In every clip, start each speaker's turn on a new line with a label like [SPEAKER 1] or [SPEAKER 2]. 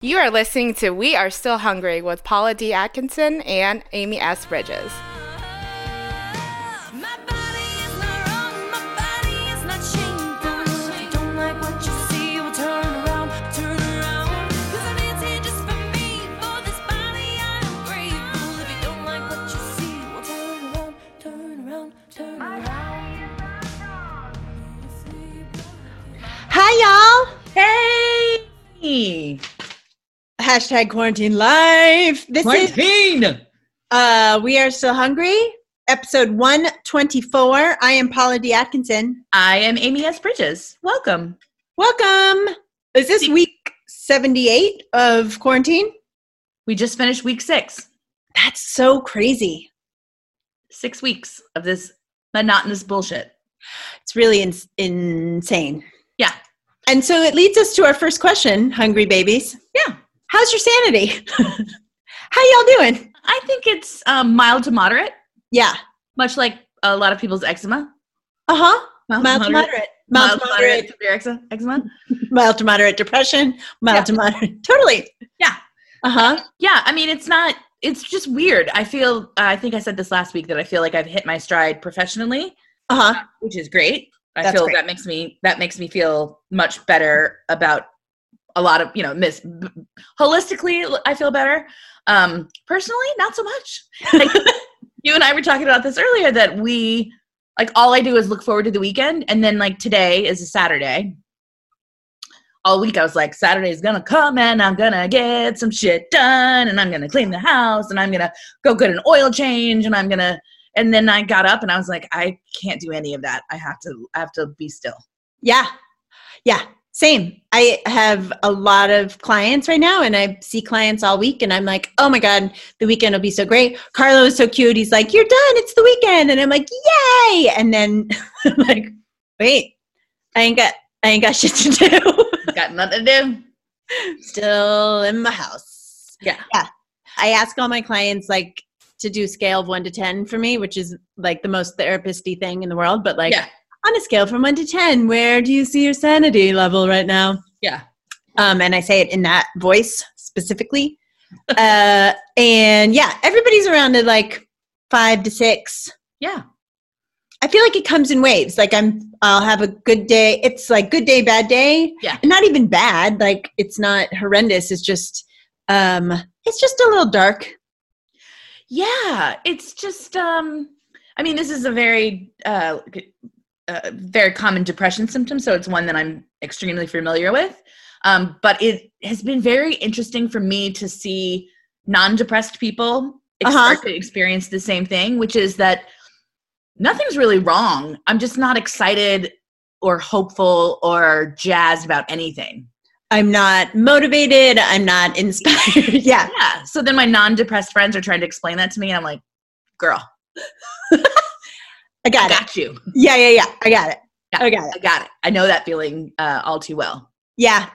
[SPEAKER 1] You are listening to We Are Still Hungry with Paula D. Atkinson and Amy S. Bridges.
[SPEAKER 2] My body is not wrong, my body is not shameful. If you don't like what you see, well turn around, turn around. Cause I'm dancing just for me, for this body I am grateful. If you don't like what you see, well turn around, turn around, turn around.
[SPEAKER 3] Hi, y'all. Hey. Hashtag quarantine life. This is
[SPEAKER 4] Quarantine.
[SPEAKER 3] uh We Are Still Hungry, episode 124. I am Paula D. Atkinson.
[SPEAKER 5] I am Amy S. Bridges. Welcome.
[SPEAKER 3] Welcome. Is this week 78 of quarantine?
[SPEAKER 5] We just finished week six.
[SPEAKER 3] That's so crazy.
[SPEAKER 5] Six weeks of this monotonous bullshit.
[SPEAKER 3] It's really in- insane.
[SPEAKER 5] Yeah.
[SPEAKER 3] And so it leads us to our first question, hungry babies.
[SPEAKER 5] Yeah.
[SPEAKER 3] How's your sanity? How y'all doing?
[SPEAKER 5] I think it's um, mild to moderate,
[SPEAKER 3] Yeah.
[SPEAKER 5] much like a lot of people's eczema.
[SPEAKER 3] Uh huh. Mild to
[SPEAKER 5] moderate.
[SPEAKER 3] moderate. Mild to moderate.
[SPEAKER 5] severe exa- eczema.
[SPEAKER 3] mild to moderate depression, mild
[SPEAKER 5] Yeah.
[SPEAKER 3] to moderate. Totally.
[SPEAKER 5] Yeah.
[SPEAKER 3] Uh huh.
[SPEAKER 5] Yeah, I mean, it's not. It's just weird. I feel. I think I said this last week that I feel like I've hit my stride professionally.
[SPEAKER 3] Uh huh.
[SPEAKER 5] which is great. I
[SPEAKER 3] That's
[SPEAKER 5] feel
[SPEAKER 3] great.
[SPEAKER 5] that makes me that makes me feel much better about a lot of you know miss b- holistically l- I feel better. Um personally not so much. Like, you and I were talking about this earlier that we like all I do is look forward to the weekend and then like today is a Saturday. All week I was like Saturday's going to come and I'm going to get some shit done and I'm going to clean the house and I'm going to go get an oil change and I'm going to and then I got up and I was like, I can't do any of that. I have to I have to be still.
[SPEAKER 3] Yeah. Yeah. Same. I have a lot of clients right now, and I see clients all week, and I'm like, oh my God, the weekend will be so great. Carlo is so cute. He's like, you're done. It's the weekend. And I'm like, yay. And then I'm like, wait, I ain't got. I ain't got shit to do.
[SPEAKER 5] Got nothing to do.
[SPEAKER 3] Still in my house.
[SPEAKER 5] Yeah.
[SPEAKER 3] I ask all my clients like to do scale of one to ten for me, which is like the most therapisty thing in the world. But like
[SPEAKER 5] Yeah.
[SPEAKER 3] on a scale from one to ten, where do you see your sanity level right now?
[SPEAKER 5] Yeah.
[SPEAKER 3] Um, and I say it in that voice specifically. uh, and yeah, everybody's around at like five to six.
[SPEAKER 5] Yeah.
[SPEAKER 3] I feel like it comes in waves. Like I'm, I'll have a good day. It's like good day, bad day.
[SPEAKER 5] Yeah.
[SPEAKER 3] And not even bad. Like it's not horrendous. It's just, um, it's just a little dark.
[SPEAKER 5] Yeah. It's just um I mean, this is a very uh uh, very common depression symptom, so it's one that I'm extremely familiar with. Um, but it has been very interesting for me to see non-depressed people ex-
[SPEAKER 3] Uh-huh.
[SPEAKER 5] start to experience the same thing, which is that nothing's really wrong. I'm just not excited or hopeful or jazzed about anything.
[SPEAKER 3] I'm not motivated. I'm not inspired. yeah.
[SPEAKER 5] Yeah. So then my non-depressed friends are trying to explain that to me, and I'm like, "Girl,
[SPEAKER 3] I
[SPEAKER 5] I
[SPEAKER 3] got it.
[SPEAKER 5] got you.
[SPEAKER 3] Yeah. Yeah. Yeah. I got it.
[SPEAKER 5] Yeah.
[SPEAKER 3] I got it.
[SPEAKER 5] I got it. I know that feeling uh, all too well."
[SPEAKER 3] Yeah.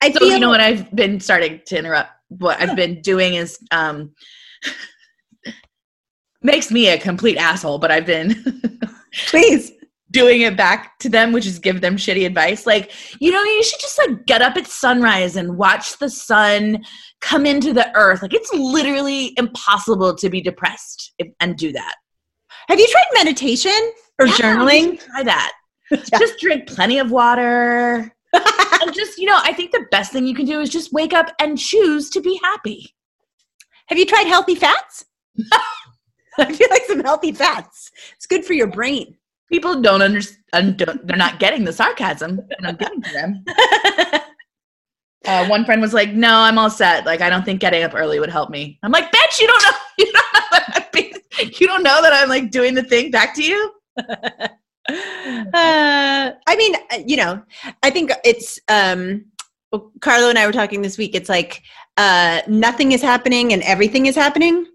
[SPEAKER 3] I
[SPEAKER 5] So
[SPEAKER 3] feel,
[SPEAKER 5] you know what I've been starting to interrupt. What I've been doing is um, makes me a complete asshole, but I've been
[SPEAKER 3] please.
[SPEAKER 5] doing it back to them, which is give them shitty advice. Like you know, you should just like get up at sunrise and watch the sun come into the earth. Like it's literally impossible to be depressed if, and do that.
[SPEAKER 3] Have you tried meditation or
[SPEAKER 5] Yeah, we
[SPEAKER 3] journaling?
[SPEAKER 5] should Try that.
[SPEAKER 3] Yeah.
[SPEAKER 5] Just drink plenty of water. and just, you know, I think the best thing you can do is just wake up and choose to be happy.
[SPEAKER 3] Have you tried healthy fats? I feel like some healthy fats. It's good for your brain.
[SPEAKER 5] People don't understand, don't, they're not getting the sarcasm, and I'm giving to them. Uh, one friend was like, No, I'm all set. Like, I don't think getting up early would help me. I'm like, Bitch, you don't know. You don't know, that I'm being- you don't know that I'm like doing the thing back to you.
[SPEAKER 3] uh, I mean, uh, you know, I think it's um, Carlo and I were talking this week. It's like uh, nothing is happening and everything is happening.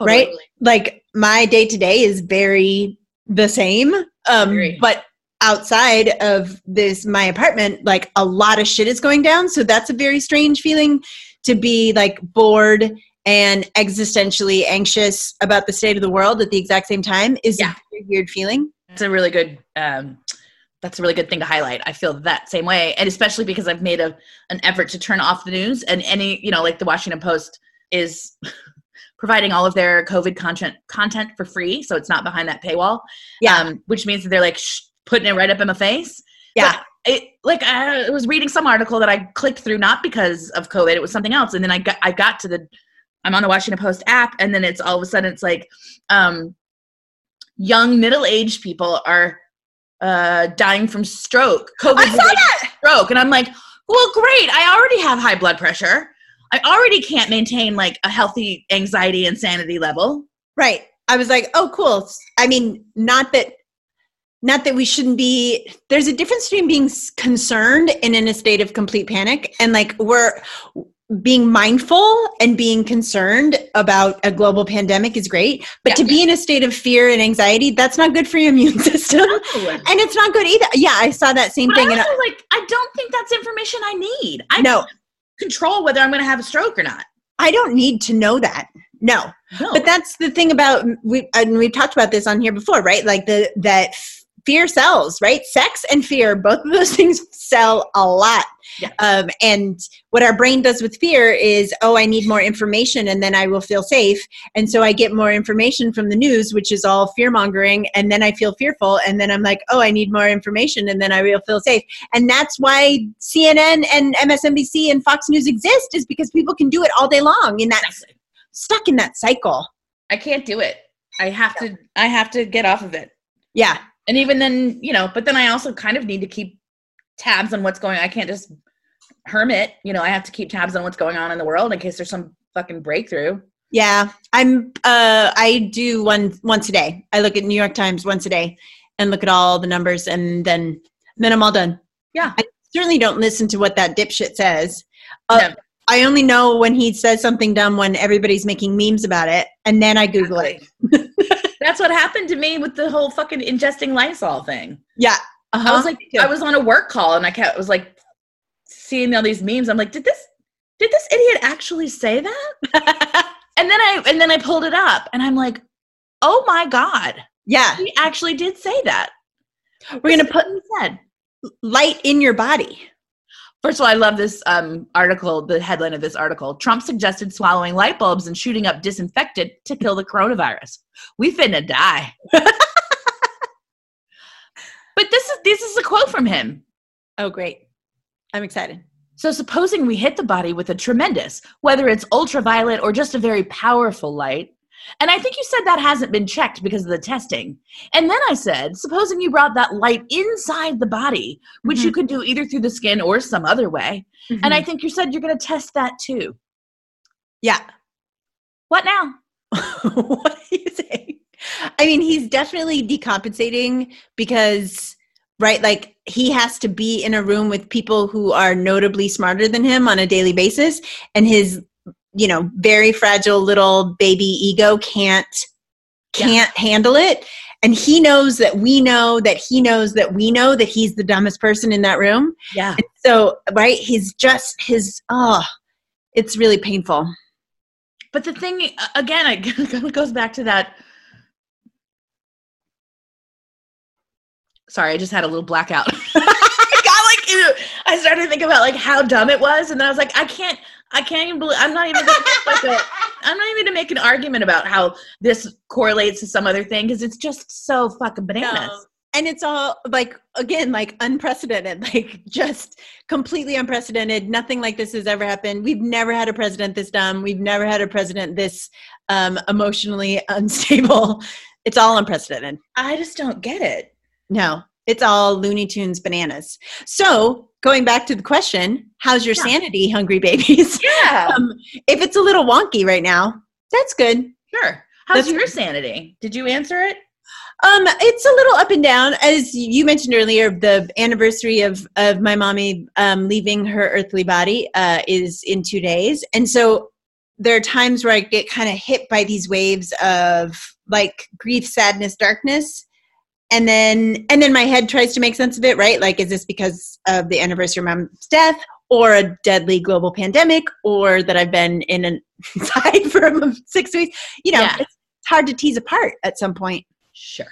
[SPEAKER 3] Right? Like my day to day is very the same, um,
[SPEAKER 5] Very.
[SPEAKER 3] but outside of this my apartment, like a lot of shit is going down. So that's a very strange feeling to be like bored and existentially anxious about the state of the world at the exact same time is
[SPEAKER 5] Yeah.
[SPEAKER 3] a very weird feeling.
[SPEAKER 5] That's a really good um, that's a really good thing to highlight. I feel that same way, and especially because I've made a an effort to turn off the news and any you know like the Washington Post is providing all of their COVID content content for free, so it's not behind that paywall.
[SPEAKER 3] Yeah.
[SPEAKER 5] um, which means that they're like sh- putting it right up in my face.
[SPEAKER 3] Yeah.
[SPEAKER 5] But it like I was reading some article that I clicked through not because of COVID, it was something else, and then I got I got to the I'm on the Washington Post app, and then it's all of a sudden it's like um, young middle aged people are uh, dying from stroke, COVID stroke, and I'm like, well, great, I already have high blood pressure. I already can't maintain like a healthy anxiety and sanity level.
[SPEAKER 3] Right. I was like, oh, cool. I mean, not that, not that we shouldn't be. There's a difference between being s- concerned and in a state of complete panic, and like we're being mindful and being concerned about a global pandemic is great. But to
[SPEAKER 5] Yeah.
[SPEAKER 3] be in a state of fear and anxiety, that's not good for your immune system, and it's not good either. Yeah, I saw that same
[SPEAKER 5] But
[SPEAKER 3] thing.
[SPEAKER 5] I
[SPEAKER 3] And I,
[SPEAKER 5] also, like, I don't think that's information I need. I
[SPEAKER 3] no,
[SPEAKER 5] control whether I'm going to have a stroke or not.
[SPEAKER 3] I don't need to know that. No,
[SPEAKER 5] No.
[SPEAKER 3] but that's the thing about we and we've talked about this on here before right like the that f- fear sells right sex and fear both of those things sell a lot
[SPEAKER 5] Yeah.
[SPEAKER 3] um, and what our brain does with fear is oh i need more information and then i will feel safe and so i get more information from the news which is all fear mongering and then i feel fearful and then i'm like oh i need more information and then i will feel safe and that's why cnn and msnbc and fox news exist is because people can do it all day long and that's stuck in that cycle.
[SPEAKER 5] I can't do it. I have to. I have to get off of it.
[SPEAKER 3] Yeah.
[SPEAKER 5] And even then, you know. But then I also kind of need to keep tabs on what's going. on. I can't just hermit. You know, I have to keep tabs on what's going on in the world in case there's some fucking breakthrough.
[SPEAKER 3] Yeah. I'm uh I do one once a day. I look at New York Times once a day and look at all the numbers and then then I'm all done.
[SPEAKER 5] Yeah.
[SPEAKER 3] I certainly don't listen to what that dipshit says. Uh,
[SPEAKER 5] No.
[SPEAKER 3] I only know when he says something dumb when everybody's making memes about it and then I Google it.
[SPEAKER 5] That's what happened to me with the whole fucking ingesting Lysol thing.
[SPEAKER 3] Yeah. Uh-huh.
[SPEAKER 5] I was like, I was on a work call and I kept, was like seeing all these memes. I'm like, did this, did this idiot actually say that? and then I, and then I pulled it up and I'm like, oh my God,
[SPEAKER 3] yeah.
[SPEAKER 5] he actually did say that.
[SPEAKER 3] We're going to put
[SPEAKER 5] He said,
[SPEAKER 3] light in your body.
[SPEAKER 5] first of all, I love this um, article, the headline of this article. Trump suggested swallowing light bulbs and shooting up disinfectant to kill the coronavirus. We finna die. but this is, this is a quote from him.
[SPEAKER 3] Oh great. I'm excited.
[SPEAKER 5] So, supposing we hit the body with a tremendous, whether it's ultraviolet or just a very powerful light, and I think you said that hasn't been checked because of the testing. And then I said, supposing you brought that light inside the body, which you could do either through the skin or some other way,
[SPEAKER 3] Mm-hmm.
[SPEAKER 5] and I think you said you're going to test that too.
[SPEAKER 3] Yeah.
[SPEAKER 5] What now?
[SPEAKER 3] what are you saying? I mean, he's definitely decompensating because, right, like he has to be in a room with people who are notably smarter than him on a daily basis, and his, you know, very fragile little baby ego can't
[SPEAKER 5] Yeah.
[SPEAKER 3] can't handle it. And he knows that we know that he knows that we know that he's the dumbest person in that room.
[SPEAKER 5] Yeah.
[SPEAKER 3] So, right, he's just his oh, it's really painful.
[SPEAKER 5] But the thing, uh, again, I- it goes back to that. Sorry, I just had a little blackout. I got like, ew. I started to think about like how dumb it was, and then I was like, I can't, I can't even believe. I'm not even. Gonna make, like a, I'm not even gonna make an argument about how this correlates to some other thing because it's just so fucking bananas.
[SPEAKER 3] And it's all like again, like unprecedented, like just completely unprecedented. Nothing like this has ever happened. We've never had a president this dumb. We've never had a president this um, emotionally unstable. It's all unprecedented.
[SPEAKER 5] I just don't get it.
[SPEAKER 3] No, it's all Looney Tunes bananas. So going back to the question, how's your
[SPEAKER 5] Yeah.
[SPEAKER 3] sanity, hungry babies?
[SPEAKER 5] Yeah,
[SPEAKER 3] um, if it's a little wonky right now, that's good.
[SPEAKER 5] sure. How's
[SPEAKER 3] that's-
[SPEAKER 5] your sanity? Did you answer it?
[SPEAKER 3] Um, it's a little up and down. As you mentioned earlier, the anniversary of of my mommy um, leaving her earthly body uh, is in two days, and so there are times where I get kind of hit by these waves of like grief, sadness, darkness, and then and then my head tries to make sense of it. Right? Like, is this because of the anniversary of my mom's death, or a deadly global pandemic, or that I've been in an inside for six weeks? You know,
[SPEAKER 5] Yeah.
[SPEAKER 3] it's hard to tease apart at some point
[SPEAKER 5] Sure.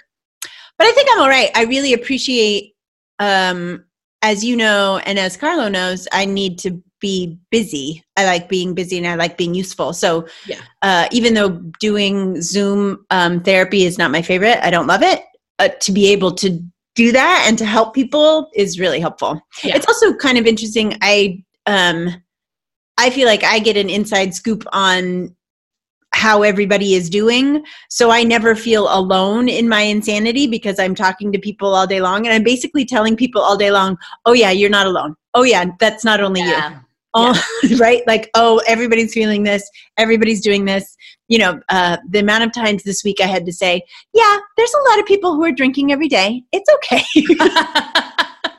[SPEAKER 3] but I think I'm all right. I really appreciate um, as you know, and as Carlo knows, I need to be busy. I like being busy and I like being useful. So,
[SPEAKER 5] Yeah.
[SPEAKER 3] uh, even though doing Zoom um, therapy is not my favorite, I don't love it. Uh, to be able to do that and to help people is really helpful.
[SPEAKER 5] Yeah.
[SPEAKER 3] It's also kind of interesting. I um, I feel like I get an inside scoop on how everybody is doing. So I never feel alone in my insanity because I'm talking to people all day long and I'm basically telling people all day long, oh, yeah, you're not alone. Oh, yeah, that's not only you.
[SPEAKER 5] Yeah.
[SPEAKER 3] Oh, right? Like, oh, everybody's feeling this. Everybody's doing this. You know, uh, the amount of times this week I had to say, yeah, there's a lot of people who are drinking every day. It's okay.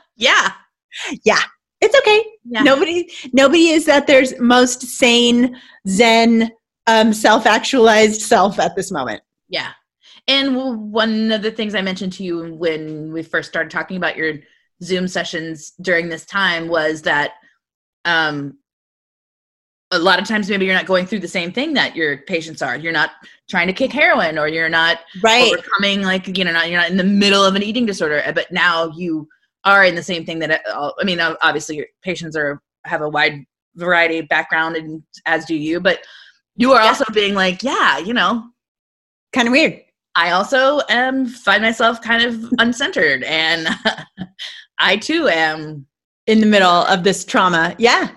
[SPEAKER 5] yeah.
[SPEAKER 3] it's okay.
[SPEAKER 5] Yeah.
[SPEAKER 3] Nobody, nobody is at their most sane, zen, um, self-actualized self at this moment.
[SPEAKER 5] Yeah. And w- one of the things I mentioned to you when we first started talking about your Zoom sessions during this time was that um, a lot of times maybe you're not going through the same thing that your patients are. You're not trying to kick heroin or you're not
[SPEAKER 3] Right.
[SPEAKER 5] overcoming like you know not, you're not in the middle of an eating disorder uh, but now you are in the same thing that uh, all- i mean uh, obviously your patients are have a wide variety of background and as do you but you are also being like yeah you know
[SPEAKER 3] Kind of weird.
[SPEAKER 5] i also am find myself kind of uncentered and i too am
[SPEAKER 3] in the middle of this trauma. Yeah.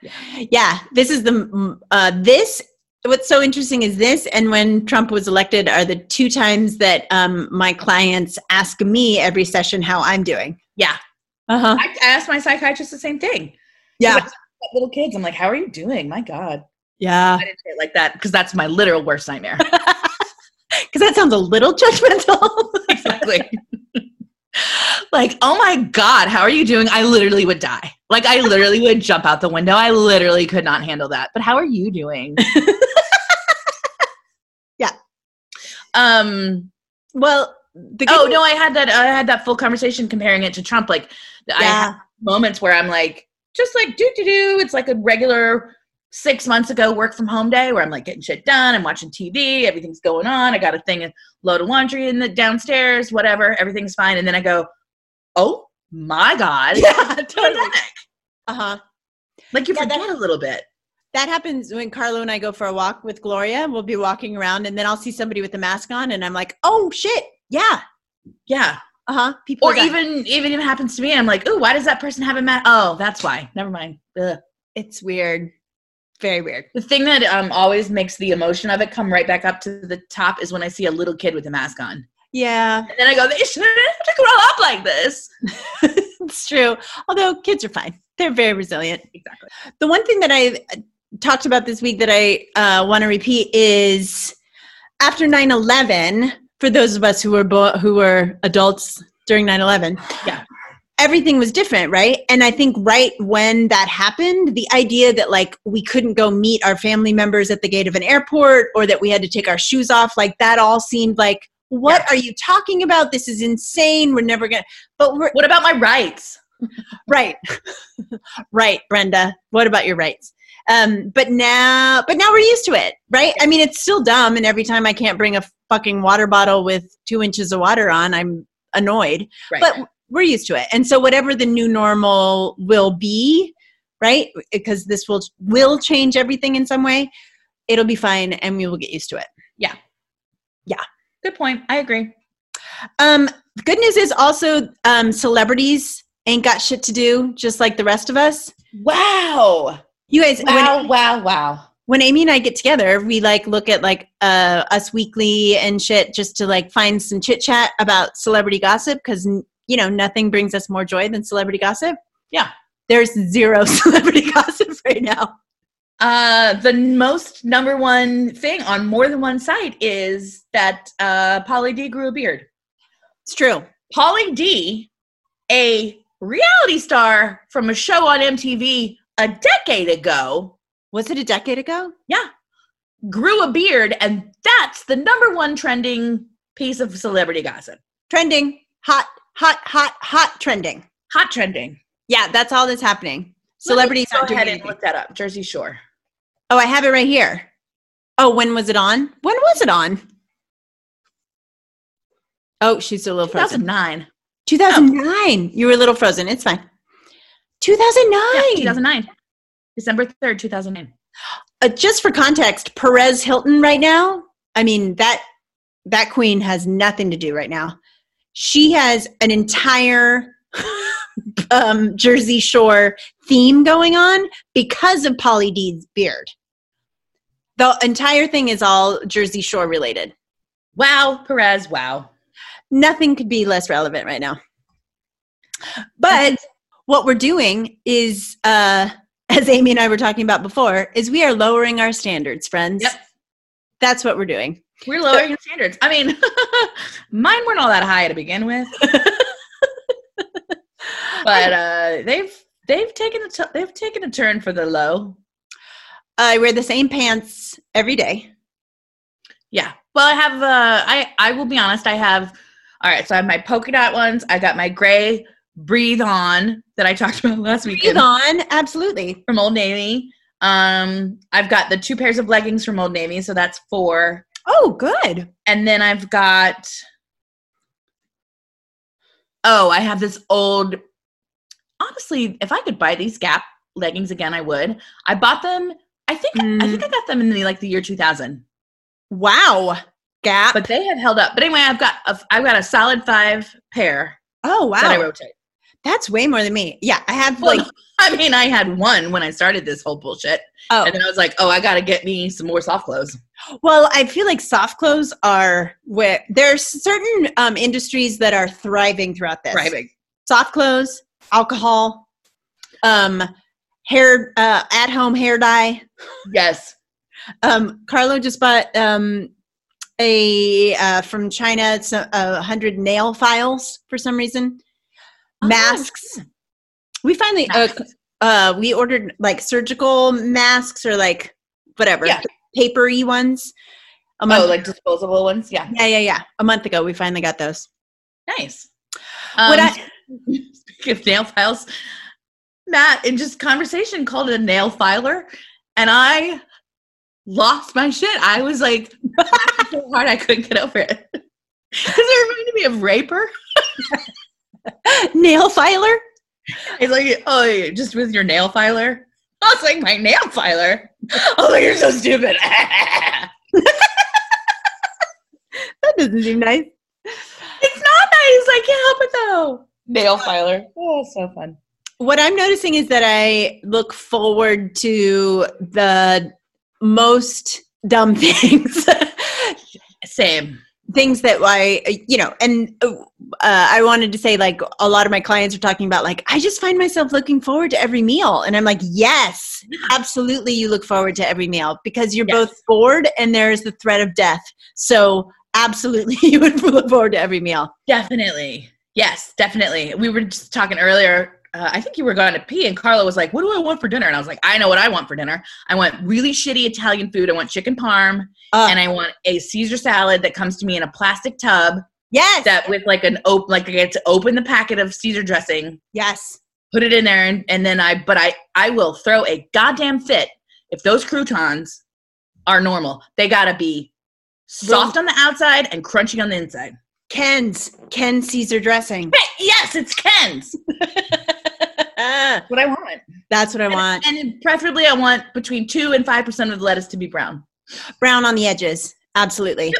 [SPEAKER 5] Yeah.
[SPEAKER 3] Yeah. This is the, mm, uh, this, what's so interesting is this and when Trump was elected are the two times that um, my clients ask me every session how I'm doing.
[SPEAKER 5] Yeah.
[SPEAKER 3] Uh huh.
[SPEAKER 5] I, I asked my psychiatrist the same thing
[SPEAKER 3] Yeah.
[SPEAKER 5] little kids i'm like how are you doing my god
[SPEAKER 3] Yeah.
[SPEAKER 5] i didn't say it like that because that's my literal worst nightmare
[SPEAKER 3] Because that sounds a little judgmental.
[SPEAKER 5] exactly. like, oh my God, how are you doing? I literally would die. Like, I literally would jump out the window. I literally could not handle that. But how are you doing?
[SPEAKER 3] Yeah.
[SPEAKER 5] Um.
[SPEAKER 3] well, the good
[SPEAKER 5] Oh no, I had that. I had that full conversation comparing it to Trump. Like, I have
[SPEAKER 3] Yeah.
[SPEAKER 5] moments where I'm like, just like do do do. It's like a regular six months ago work from home day where I'm like getting shit done. I'm watching TV. Everything's going on. I got a thing, a load of laundry in the downstairs. Whatever. Everything's fine. And then I go, oh my god,
[SPEAKER 3] Yeah,
[SPEAKER 5] totally.
[SPEAKER 3] Uh huh.
[SPEAKER 5] Like you
[SPEAKER 3] Yeah, that-
[SPEAKER 5] forget a little bit.
[SPEAKER 3] That happens when Carlo and I go for a walk with Gloria. We'll be walking around and then I'll see somebody with a mask on and I'm like, oh shit. Yeah.
[SPEAKER 5] Yeah.
[SPEAKER 3] Uh huh. People.
[SPEAKER 5] Or
[SPEAKER 3] are dying.
[SPEAKER 5] even even if it happens to me, I'm like, oh, why does that person have a mat? Oh, that's why. Never mind. Ugh.
[SPEAKER 3] It's weird. Very weird.
[SPEAKER 5] The thing that um, always makes the emotion of it come right back up to the top is when I see a little kid with a mask on.
[SPEAKER 3] Yeah,
[SPEAKER 5] And then I go, they shouldn't have to grow up like this.
[SPEAKER 3] it's true. Although kids are fine, they're very resilient.
[SPEAKER 5] Exactly.
[SPEAKER 3] The one thing that I uh, talked about this week that I uh, want to repeat is after 9 11, for those of us who were, bo- who were adults during 9 11,
[SPEAKER 5] Yeah.
[SPEAKER 3] everything was different, right? And I think right when that happened, the idea that like we couldn't go meet our family members at the gate of an airport or that we had to take our shoes off, like that all seemed like, what are you talking about? This is insane. We're never going to, but we're,
[SPEAKER 5] What about my rights?
[SPEAKER 3] right right brenda what about your rights um but now but now we're used to it right i mean it's still dumb and every time i can't bring a fucking water bottle with two inches of water on i'm annoyed
[SPEAKER 5] Right.
[SPEAKER 3] but we're used to it and so whatever the new normal will be right because this will will change everything in some way it'll be fine and we will get used to it
[SPEAKER 5] Good point. I agree.
[SPEAKER 3] um the good news is also um celebrities ain't got shit to do just like the rest of us
[SPEAKER 5] Wow.
[SPEAKER 3] you guys when-
[SPEAKER 5] wow, wow.
[SPEAKER 3] when Amy and I get together, we like look at like uh, Us Weekly and shit just to like find some chit chat about celebrity gossip because you know nothing brings us more joy than celebrity gossip.
[SPEAKER 5] Yeah.
[SPEAKER 3] there's zero celebrity gossip right now.
[SPEAKER 5] Uh, the most number one thing on more than one site is that uh, Polly D grew a beard.
[SPEAKER 3] It's true.
[SPEAKER 5] Polly D, a reality star from a show on MTV a decade ago,
[SPEAKER 3] Was it a decade ago?
[SPEAKER 5] grew a beard, and that's the number one trending piece of celebrity gossip.
[SPEAKER 3] Trending, hot, hot, hot, hot, trending.
[SPEAKER 5] Hot trending.
[SPEAKER 3] Yeah, that's all that's happening.
[SPEAKER 5] Let me
[SPEAKER 3] Celebrities
[SPEAKER 5] go
[SPEAKER 3] aren't doing
[SPEAKER 5] ahead and
[SPEAKER 3] anything.
[SPEAKER 5] look that up. Jersey Shore.
[SPEAKER 3] Oh, I have it right here. Oh, when was it on? When was it on? Oh, she's a little frozen.
[SPEAKER 5] 2009.
[SPEAKER 3] 2009. You were a little frozen. It's fine. 2009.
[SPEAKER 5] Yeah, 2009. December 3rd, 2009.
[SPEAKER 3] Uh, just for context, Perez Hilton right now, I mean that that queen has nothing to do right now. She has an entire um, Jersey Shore theme going on because of Polly Deed's beard. The entire thing is all Jersey Shore related.
[SPEAKER 5] Wow, Perez, wow.
[SPEAKER 3] Nothing could be less relevant right now. But what we're doing is, uh, as Amy and I were talking about before, is we are lowering our standards, friends.
[SPEAKER 5] Yep.
[SPEAKER 3] That's what we're doing.
[SPEAKER 5] We're lowering the standards. I mean, mine weren't all that high to begin with. but uh, they've they've taken a t- they've taken a turn for the low.
[SPEAKER 3] I wear the same pants every day.
[SPEAKER 5] Yeah. Well, I have. Uh, I I will be honest. I have. All right. So I have my polka dot ones. I got my gray breathe on that I talked about last week
[SPEAKER 3] Breathe on, absolutely.
[SPEAKER 5] from Old Navy. Um, I've got the two pairs of leggings from Old Navy, so that's four.
[SPEAKER 3] Oh, good.
[SPEAKER 5] And then I've got. Oh, I have this old. Honestly, if I could buy these Gap leggings again, I would. I bought them. I think I
[SPEAKER 3] Mm.
[SPEAKER 5] think I got them in the like the year two thousand.
[SPEAKER 3] Wow. Gap.
[SPEAKER 5] but they have held up. But anyway, I've got a, I've got a solid five pair
[SPEAKER 3] oh,
[SPEAKER 5] that I
[SPEAKER 3] wow.
[SPEAKER 5] rotate.
[SPEAKER 3] That's way more than me. Yeah, I have
[SPEAKER 5] Like,
[SPEAKER 3] like,
[SPEAKER 5] I mean, I had one when I started this whole bullshit,
[SPEAKER 3] oh,
[SPEAKER 5] and then I was like, oh, I got to get me some more soft clothes.
[SPEAKER 3] well, I feel like soft clothes are where there's certain um, industries that are thriving throughout this.
[SPEAKER 5] Right, big.
[SPEAKER 3] Soft clothes, alcohol, um, hair, uh, at home hair dye.
[SPEAKER 5] Yes.
[SPEAKER 3] Um, Carlo just bought um, a uh, from China it's a, a hundred nail files for some reason.
[SPEAKER 5] Oh,
[SPEAKER 3] Masks. We finally uh,
[SPEAKER 5] Masks.
[SPEAKER 3] uh, we ordered like surgical masks or like whatever
[SPEAKER 5] Yeah.
[SPEAKER 3] papery ones. A month,
[SPEAKER 5] Oh, like disposable ones. Yeah.
[SPEAKER 3] yeah, yeah, yeah. A month ago, we finally got those.
[SPEAKER 5] Nice.
[SPEAKER 3] What
[SPEAKER 5] Um,
[SPEAKER 3] I-
[SPEAKER 5] Speaking of nail files, Matt in just conversation called it a nail filer, and I lost my shit. I was like laughing so hard I couldn't get over it because it reminded me of Raper.
[SPEAKER 3] nail filer.
[SPEAKER 5] It's like, oh, yeah, just with your nail filer. I was like, my nail filer. Oh, like, you're so stupid. it's
[SPEAKER 3] That doesn't seem nice.
[SPEAKER 5] not nice. I can't help it though. Nail filer. Oh, it's so fun.
[SPEAKER 3] What I'm noticing is that I look forward to the most dumb things.
[SPEAKER 5] Same.
[SPEAKER 3] things that I, you know, and uh, I wanted to say like a lot of my clients are talking about like I just find myself looking forward to every meal, and I'm like, yes, absolutely, you look forward to every meal because you're
[SPEAKER 5] Yes.
[SPEAKER 3] both bored and there is the threat of death. So absolutely, you would look forward to every meal.
[SPEAKER 5] Definitely. Yes, definitely. We were just talking earlier. Uh, I think you were going to pee, and Carla was like, What do I want for dinner? And I was like, I know what I want for dinner. I want really shitty Italian food. I want chicken parm,
[SPEAKER 3] Uh,
[SPEAKER 5] and I want a Caesar salad that comes to me in a plastic tub
[SPEAKER 3] yes,
[SPEAKER 5] that with like an open, like I get to open the packet of Caesar dressing
[SPEAKER 3] yes,
[SPEAKER 5] put it in there and, and then i but i i will throw a goddamn fit if those croutons are normal they gotta be soft on the outside and crunchy on the inside
[SPEAKER 3] Ken's Ken Caesar dressing.
[SPEAKER 5] Hey, yes it's ken's
[SPEAKER 3] That's
[SPEAKER 5] what i want
[SPEAKER 3] what I want.
[SPEAKER 5] and preferably i want between 2 and 5% of the lettuce to be brown
[SPEAKER 3] Brown on the edges, absolutely.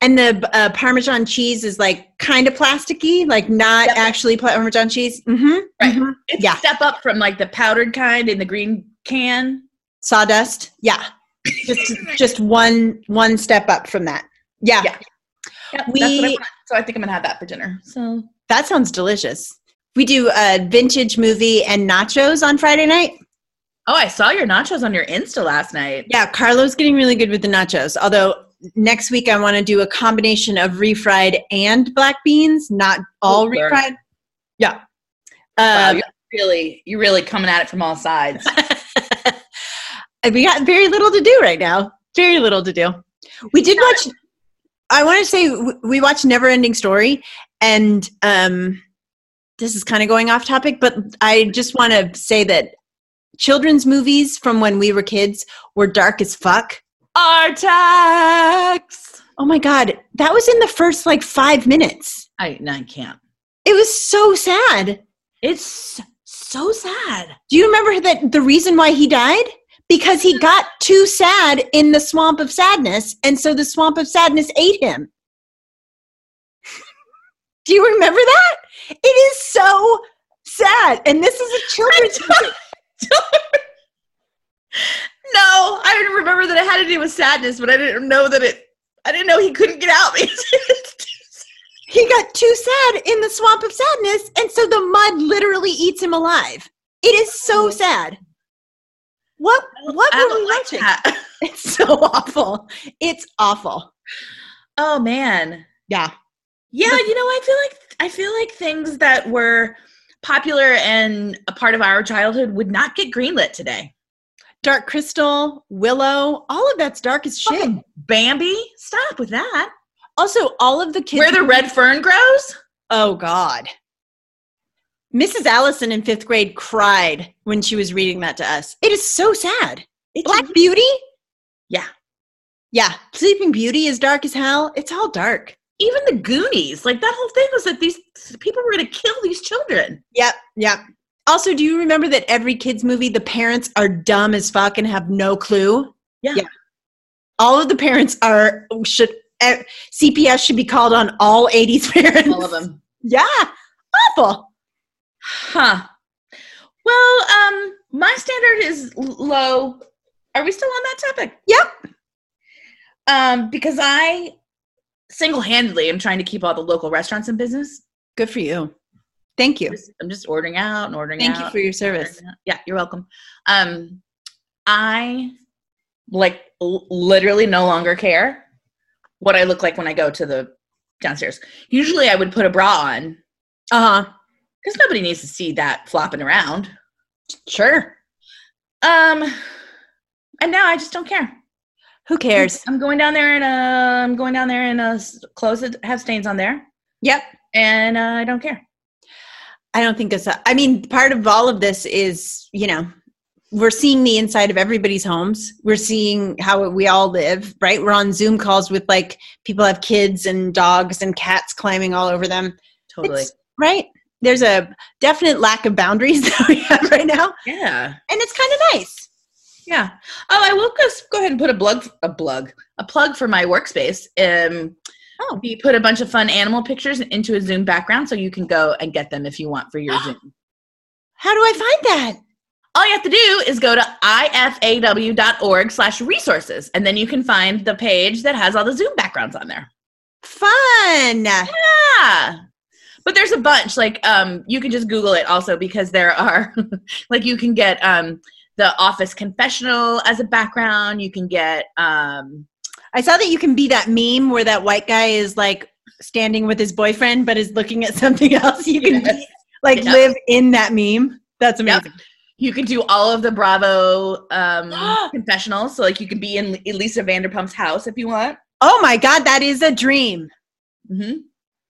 [SPEAKER 3] And the uh, Parmesan cheese is like kind of plasticky, like not
[SPEAKER 5] Yep.
[SPEAKER 3] actually pla- Parmesan cheese. hmm
[SPEAKER 5] Right.
[SPEAKER 3] mhm.
[SPEAKER 5] it's
[SPEAKER 3] Yeah.
[SPEAKER 5] a step up from like the powdered kind in the green can
[SPEAKER 3] Sawdust. Yeah. Just just one one step up from that. Yeah.
[SPEAKER 5] Yeah. Yep, that's what I
[SPEAKER 3] We-
[SPEAKER 5] want. so i think i'm gonna have that for dinner so
[SPEAKER 3] That sounds delicious. We do a vintage movie and nachos on Friday night.
[SPEAKER 5] oh i saw your nachos on your insta last night
[SPEAKER 3] Yeah, Carlo's getting really good with the nachos. Although next week I want to do a combination of refried and black beans, not all
[SPEAKER 5] Oh, Lord.
[SPEAKER 3] refried. Yeah.
[SPEAKER 5] wow,
[SPEAKER 3] Um,
[SPEAKER 5] you're Uh, really you're really coming at it from all sides
[SPEAKER 3] we got very little to do right now. Very little to do. We did watch. I want to say w- we watched Never Ending Story, and um, this is kind of going off topic, but I just want to say that children's movies from when we were kids were dark as fuck.
[SPEAKER 5] Artax.
[SPEAKER 3] Oh my god, that was in the first like five minutes.
[SPEAKER 5] I no, I can't.
[SPEAKER 3] It was so sad.
[SPEAKER 5] It's so sad.
[SPEAKER 3] Do you remember that the reason why he died? Because he got too sad in the swamp of sadness, and so the swamp of sadness ate him. Do you remember that? It is so sad. And this is a children's book.
[SPEAKER 5] No, I didn't remember that it had to do with sadness, but I didn't know that it. I didn't know he couldn't get out.
[SPEAKER 3] He got too sad in the swamp of sadness, and so the mud literally eats him alive. It is so sad. What what
[SPEAKER 5] Oh. I
[SPEAKER 3] were
[SPEAKER 5] don't
[SPEAKER 3] we
[SPEAKER 5] like
[SPEAKER 3] watching?
[SPEAKER 5] that.
[SPEAKER 3] It's so awful. It's awful.
[SPEAKER 5] Oh man.
[SPEAKER 3] Yeah.
[SPEAKER 5] Yeah, you know, I feel like I feel like things that were popular and a part of our childhood would not get greenlit today.
[SPEAKER 3] Dark Crystal, Willow, all of that's dark as shit.
[SPEAKER 5] Fucking Bambi, stop with that.
[SPEAKER 3] Also, all of the kids.
[SPEAKER 5] Where the red fern grows?
[SPEAKER 3] oh God. Mrs. Allison in fifth grade cried when she was reading that to us. It is so sad.
[SPEAKER 5] It's
[SPEAKER 3] Black Beauty.
[SPEAKER 5] Yeah.
[SPEAKER 3] Yeah. Sleeping Beauty is dark as hell. It's all dark.
[SPEAKER 5] even the Goonies, like that whole thing was that these people were going to kill these children.
[SPEAKER 3] Yep. Yep. Also, do you remember that every kids movie the parents are dumb as fuck and have no clue?
[SPEAKER 5] Yeah.
[SPEAKER 3] All of the parents are should eh, CPS should be called on all 80s parents.
[SPEAKER 5] All of them.
[SPEAKER 3] Yeah. Awful.
[SPEAKER 5] Huh. Well, um my standard is l- low. Are we still on that topic?
[SPEAKER 3] Yep.
[SPEAKER 5] Um because I single-handedly am trying to keep all the local restaurants in business.
[SPEAKER 3] Good for you. Thank you.
[SPEAKER 5] I'm just, I'm just ordering out and ordering
[SPEAKER 3] Thank
[SPEAKER 5] out.
[SPEAKER 3] you for your service.
[SPEAKER 5] ordering out. Yeah, you're welcome. Um, I like l- literally no longer care what I look like when I go to the downstairs. Usually, I would put a bra on
[SPEAKER 3] Uh huh.
[SPEAKER 5] because nobody needs to see that flopping around.
[SPEAKER 3] Sure.
[SPEAKER 5] Um, and now I just don't care.
[SPEAKER 3] Who cares?
[SPEAKER 5] I'm going down there and uh, I'm going down there and uh, s- clothes that have stains on there,
[SPEAKER 3] Yep.
[SPEAKER 5] and uh, I don't care.
[SPEAKER 3] I don't think that's. A, I mean, part of all of this is you know we're seeing the inside of everybody's homes. We're seeing how we all live. Right? We're on Zoom calls with like people have kids and dogs and cats climbing all over them.
[SPEAKER 5] Totally.
[SPEAKER 3] It's- right? There's a definite lack of boundaries that we have right now,
[SPEAKER 5] yeah.
[SPEAKER 3] and it's kind of nice.
[SPEAKER 5] Yeah. Oh, I will just go ahead and put a plug, a plug, a plug for my workspace. Um,
[SPEAKER 3] Oh.
[SPEAKER 5] we put a bunch of fun animal pictures into a Zoom background, so you can go and get them if you want for your Zoom.
[SPEAKER 3] How do I find that?
[SPEAKER 5] All you have to do is go to ifaw.org/resources, and then you can find the page that has all the Zoom backgrounds on there.
[SPEAKER 3] Fun.
[SPEAKER 5] Yeah. But there's a bunch. Like, um, you can just Google it also because there are, like, you can get um, the office confessional as a background. You can get um,
[SPEAKER 3] I saw that you can be that meme where that white guy is like standing with his boyfriend but is looking at something else. You can be, like
[SPEAKER 5] Yeah.
[SPEAKER 3] live in that meme. That's
[SPEAKER 5] Yep.
[SPEAKER 3] amazing.
[SPEAKER 5] You can do all of the Bravo um, confessionals. So, like, you could be in Elisa Vanderpump's house if you want.
[SPEAKER 3] Oh my god, that is a dream.
[SPEAKER 5] Mm-hmm.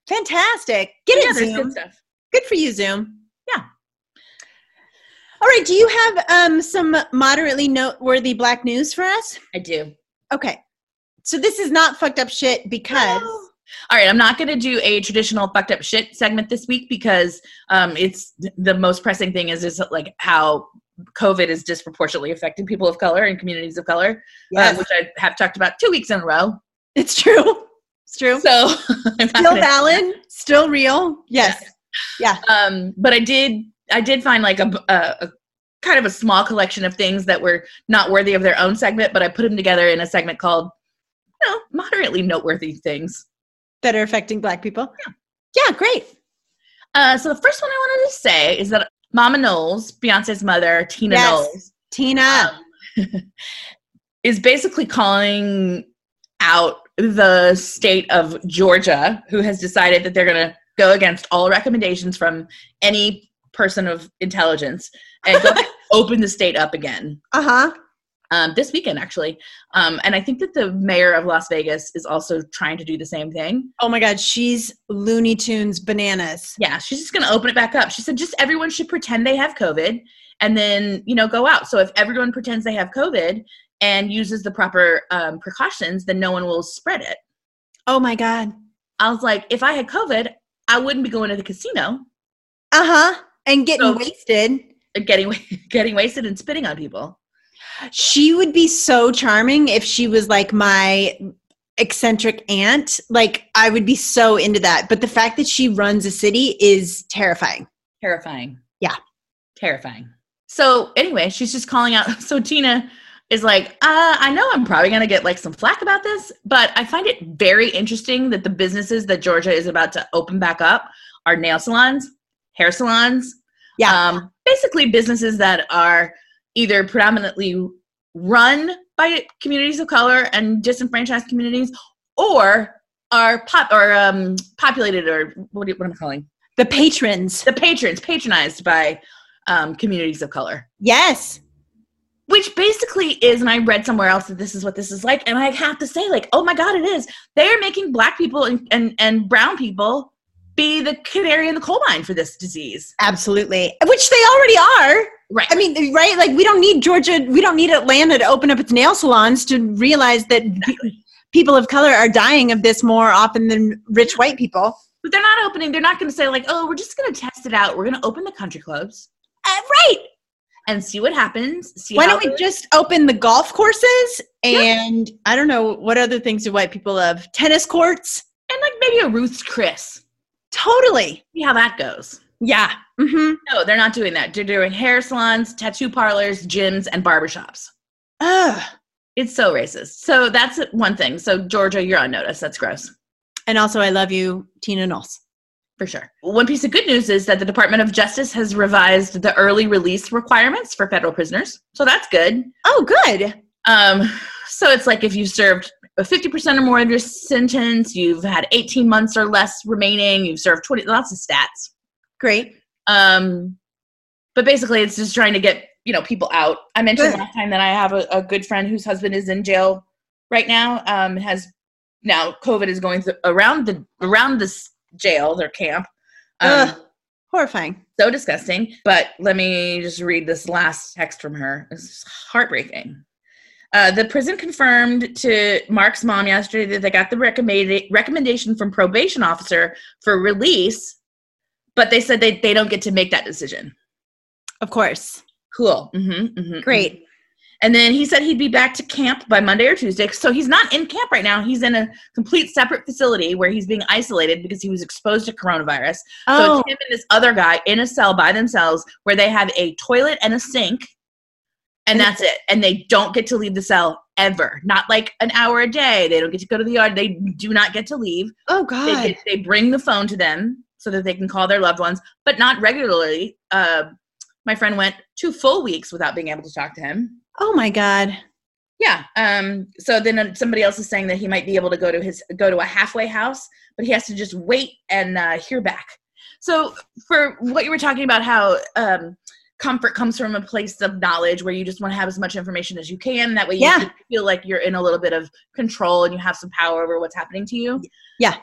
[SPEAKER 3] Fantastic. Get
[SPEAKER 5] Yeah,
[SPEAKER 3] it,
[SPEAKER 5] there's
[SPEAKER 3] Zoom.
[SPEAKER 5] good
[SPEAKER 3] Good,
[SPEAKER 5] stuff.
[SPEAKER 3] for you, Zoom.
[SPEAKER 5] Yeah.
[SPEAKER 3] All right. Do you have um, some moderately noteworthy black news for us?
[SPEAKER 5] I do.
[SPEAKER 3] Okay. So this is not fucked up shit because
[SPEAKER 5] All right, I'm not going to do a traditional fucked up shit segment this week because um, it's the most pressing thing is is like how COVID is disproportionately affecting people of color and communities of color, uh,
[SPEAKER 3] yes,
[SPEAKER 5] which I have talked about two weeks in a row.
[SPEAKER 3] it's true. It's true.
[SPEAKER 5] So I'm not
[SPEAKER 3] still
[SPEAKER 5] gonna-
[SPEAKER 3] valid, still real. Yes.
[SPEAKER 5] um, but I did I did find like a, a, a kind of a small collection of things that were not worthy of their own segment, but I put them together in a segment called you know moderately noteworthy things.
[SPEAKER 3] that are affecting black people. Yeah. Yeah, great.
[SPEAKER 5] Uh, so the first one I wanted to say is that Mama Knowles, Beyonce's mother, Tina
[SPEAKER 3] Yes.
[SPEAKER 5] Knowles,
[SPEAKER 3] Tina.
[SPEAKER 5] um, is basically calling out the state of Georgia, who has decided that they're going to go against all recommendations from any person of intelligence and go open the state up again
[SPEAKER 3] uh-huh.
[SPEAKER 5] um, this weekend, actually. Um, and I think that the mayor of Las Vegas is also trying to do the same thing.
[SPEAKER 3] Oh my god, she's Looney Tunes bananas.
[SPEAKER 5] Yeah, she's just going to open it back up. She said just everyone should pretend they have COVID and then, you know, go out. So if everyone pretends they have COVID and uses the proper um, precautions, then no one will spread it.
[SPEAKER 3] Oh my god.
[SPEAKER 5] I was like, if I had COVID, I wouldn't be going to the casino
[SPEAKER 3] Uh huh. And getting
[SPEAKER 5] So-
[SPEAKER 3] wasted.
[SPEAKER 5] and getting getting wasted and spitting on people.
[SPEAKER 3] She would be so charming if she was like my eccentric aunt. Like, I would be so into that. But the fact that she runs a city is terrifying.
[SPEAKER 5] Terrifying.
[SPEAKER 3] Yeah.
[SPEAKER 5] Terrifying. So anyway, she's just calling out. So Tina is like, uh, I know I'm probably gonna get like some flack about this, but I find it very interesting that the businesses that Georgia is about to open back up are nail salons, hair salons,
[SPEAKER 3] Yeah.
[SPEAKER 5] um, basically businesses that are either predominantly run by communities of color and disenfranchised communities, or are pop or um, populated or what, do you- what am I calling
[SPEAKER 3] the patrons.
[SPEAKER 5] the patrons patronized by um, communities of color.
[SPEAKER 3] Yes.
[SPEAKER 5] Which basically is, and I read somewhere else that this is what this is like, and I have to say, like, oh my god, it is. They are making black people and, and, and brown people be the canary in the coal mine for this disease.
[SPEAKER 3] Absolutely. Which they already are.
[SPEAKER 5] Right.
[SPEAKER 3] I mean, right? Like, we don't need Georgia, we don't need Atlanta to open up its nail salons to realize that pe- people of color are dying of this more often than rich white people.
[SPEAKER 5] But they're not opening. They're not going to say like, "Oh, we're just going to test it out. We're going to open the country clubs
[SPEAKER 3] Uh, right.
[SPEAKER 5] and see what happens." See
[SPEAKER 3] Why
[SPEAKER 5] how
[SPEAKER 3] don't we
[SPEAKER 5] the-
[SPEAKER 3] just open the golf courses
[SPEAKER 5] Yeah.
[SPEAKER 3] and I don't know what other things do white people love? Tennis courts?
[SPEAKER 5] and like maybe a Ruth's Chris?
[SPEAKER 3] Totally.
[SPEAKER 5] See how that goes.
[SPEAKER 3] Yeah. Mm-hmm.
[SPEAKER 5] No, they're not doing that. They're doing hair salons, tattoo parlors, gyms, and barbershops.
[SPEAKER 3] Ugh.
[SPEAKER 5] It's so racist. So that's one thing. So Georgia, you're on notice. That's gross
[SPEAKER 3] And also, I love you, Tina Knowles.
[SPEAKER 5] for sure. One piece of good news is that the Department of Justice has revised the early release requirements for federal prisoners. So that's good.
[SPEAKER 3] Oh, good.
[SPEAKER 5] Um, so it's like if you've served 50% or more of your sentence, you've had 18 months or less remaining, you've served 20, lots of stats.
[SPEAKER 3] Great.
[SPEAKER 5] Um, but basically, it's just trying to get, you know, people out. I mentioned
[SPEAKER 3] Good.
[SPEAKER 5] last time that I have a, a good friend whose husband is in jail right now, um, has now COVID is going th- around the, around this jail, their camp. Um,
[SPEAKER 3] Ugh. Horrifying.
[SPEAKER 5] so disgusting. But let me just read this last text from her. It's heartbreaking. Uh, the prison confirmed to Mark's mom yesterday that they got the recommended recommendation from probation officer for release, but they said they, they don't get to make that decision.
[SPEAKER 3] Of course.
[SPEAKER 5] Cool. Mm-hmm, mm-hmm.
[SPEAKER 3] Great.
[SPEAKER 5] And then he said he'd be back to camp by Monday or Tuesday. So he's not in camp right now. He's in a complete separate facility where he's being isolated because he was exposed to coronavirus. So
[SPEAKER 3] Oh,
[SPEAKER 5] it's him and this other guy in a cell by themselves where they have a toilet and a sink, and that's it. And they don't get to leave the cell ever. Not like an hour a day. They don't get to go to the yard. They do not get to leave.
[SPEAKER 3] oh
[SPEAKER 5] They,
[SPEAKER 3] God.
[SPEAKER 5] get, they bring the phone to them so that they can call their loved ones, but not regularly. Uh, my friend went two full weeks without being able to talk to him.
[SPEAKER 3] Oh my God.
[SPEAKER 5] Yeah. Um, so then uh, somebody else is saying that he might be able to go to his go to a halfway house, but he has to just wait and uh, hear back. So for what you were talking about, how um, comfort comes from a place of knowledge, where you just want to have as much information as you can. That way, you
[SPEAKER 3] Yeah.
[SPEAKER 5] feel like you're in a little bit of control and you have some power over what's happening to you.
[SPEAKER 3] Yeah.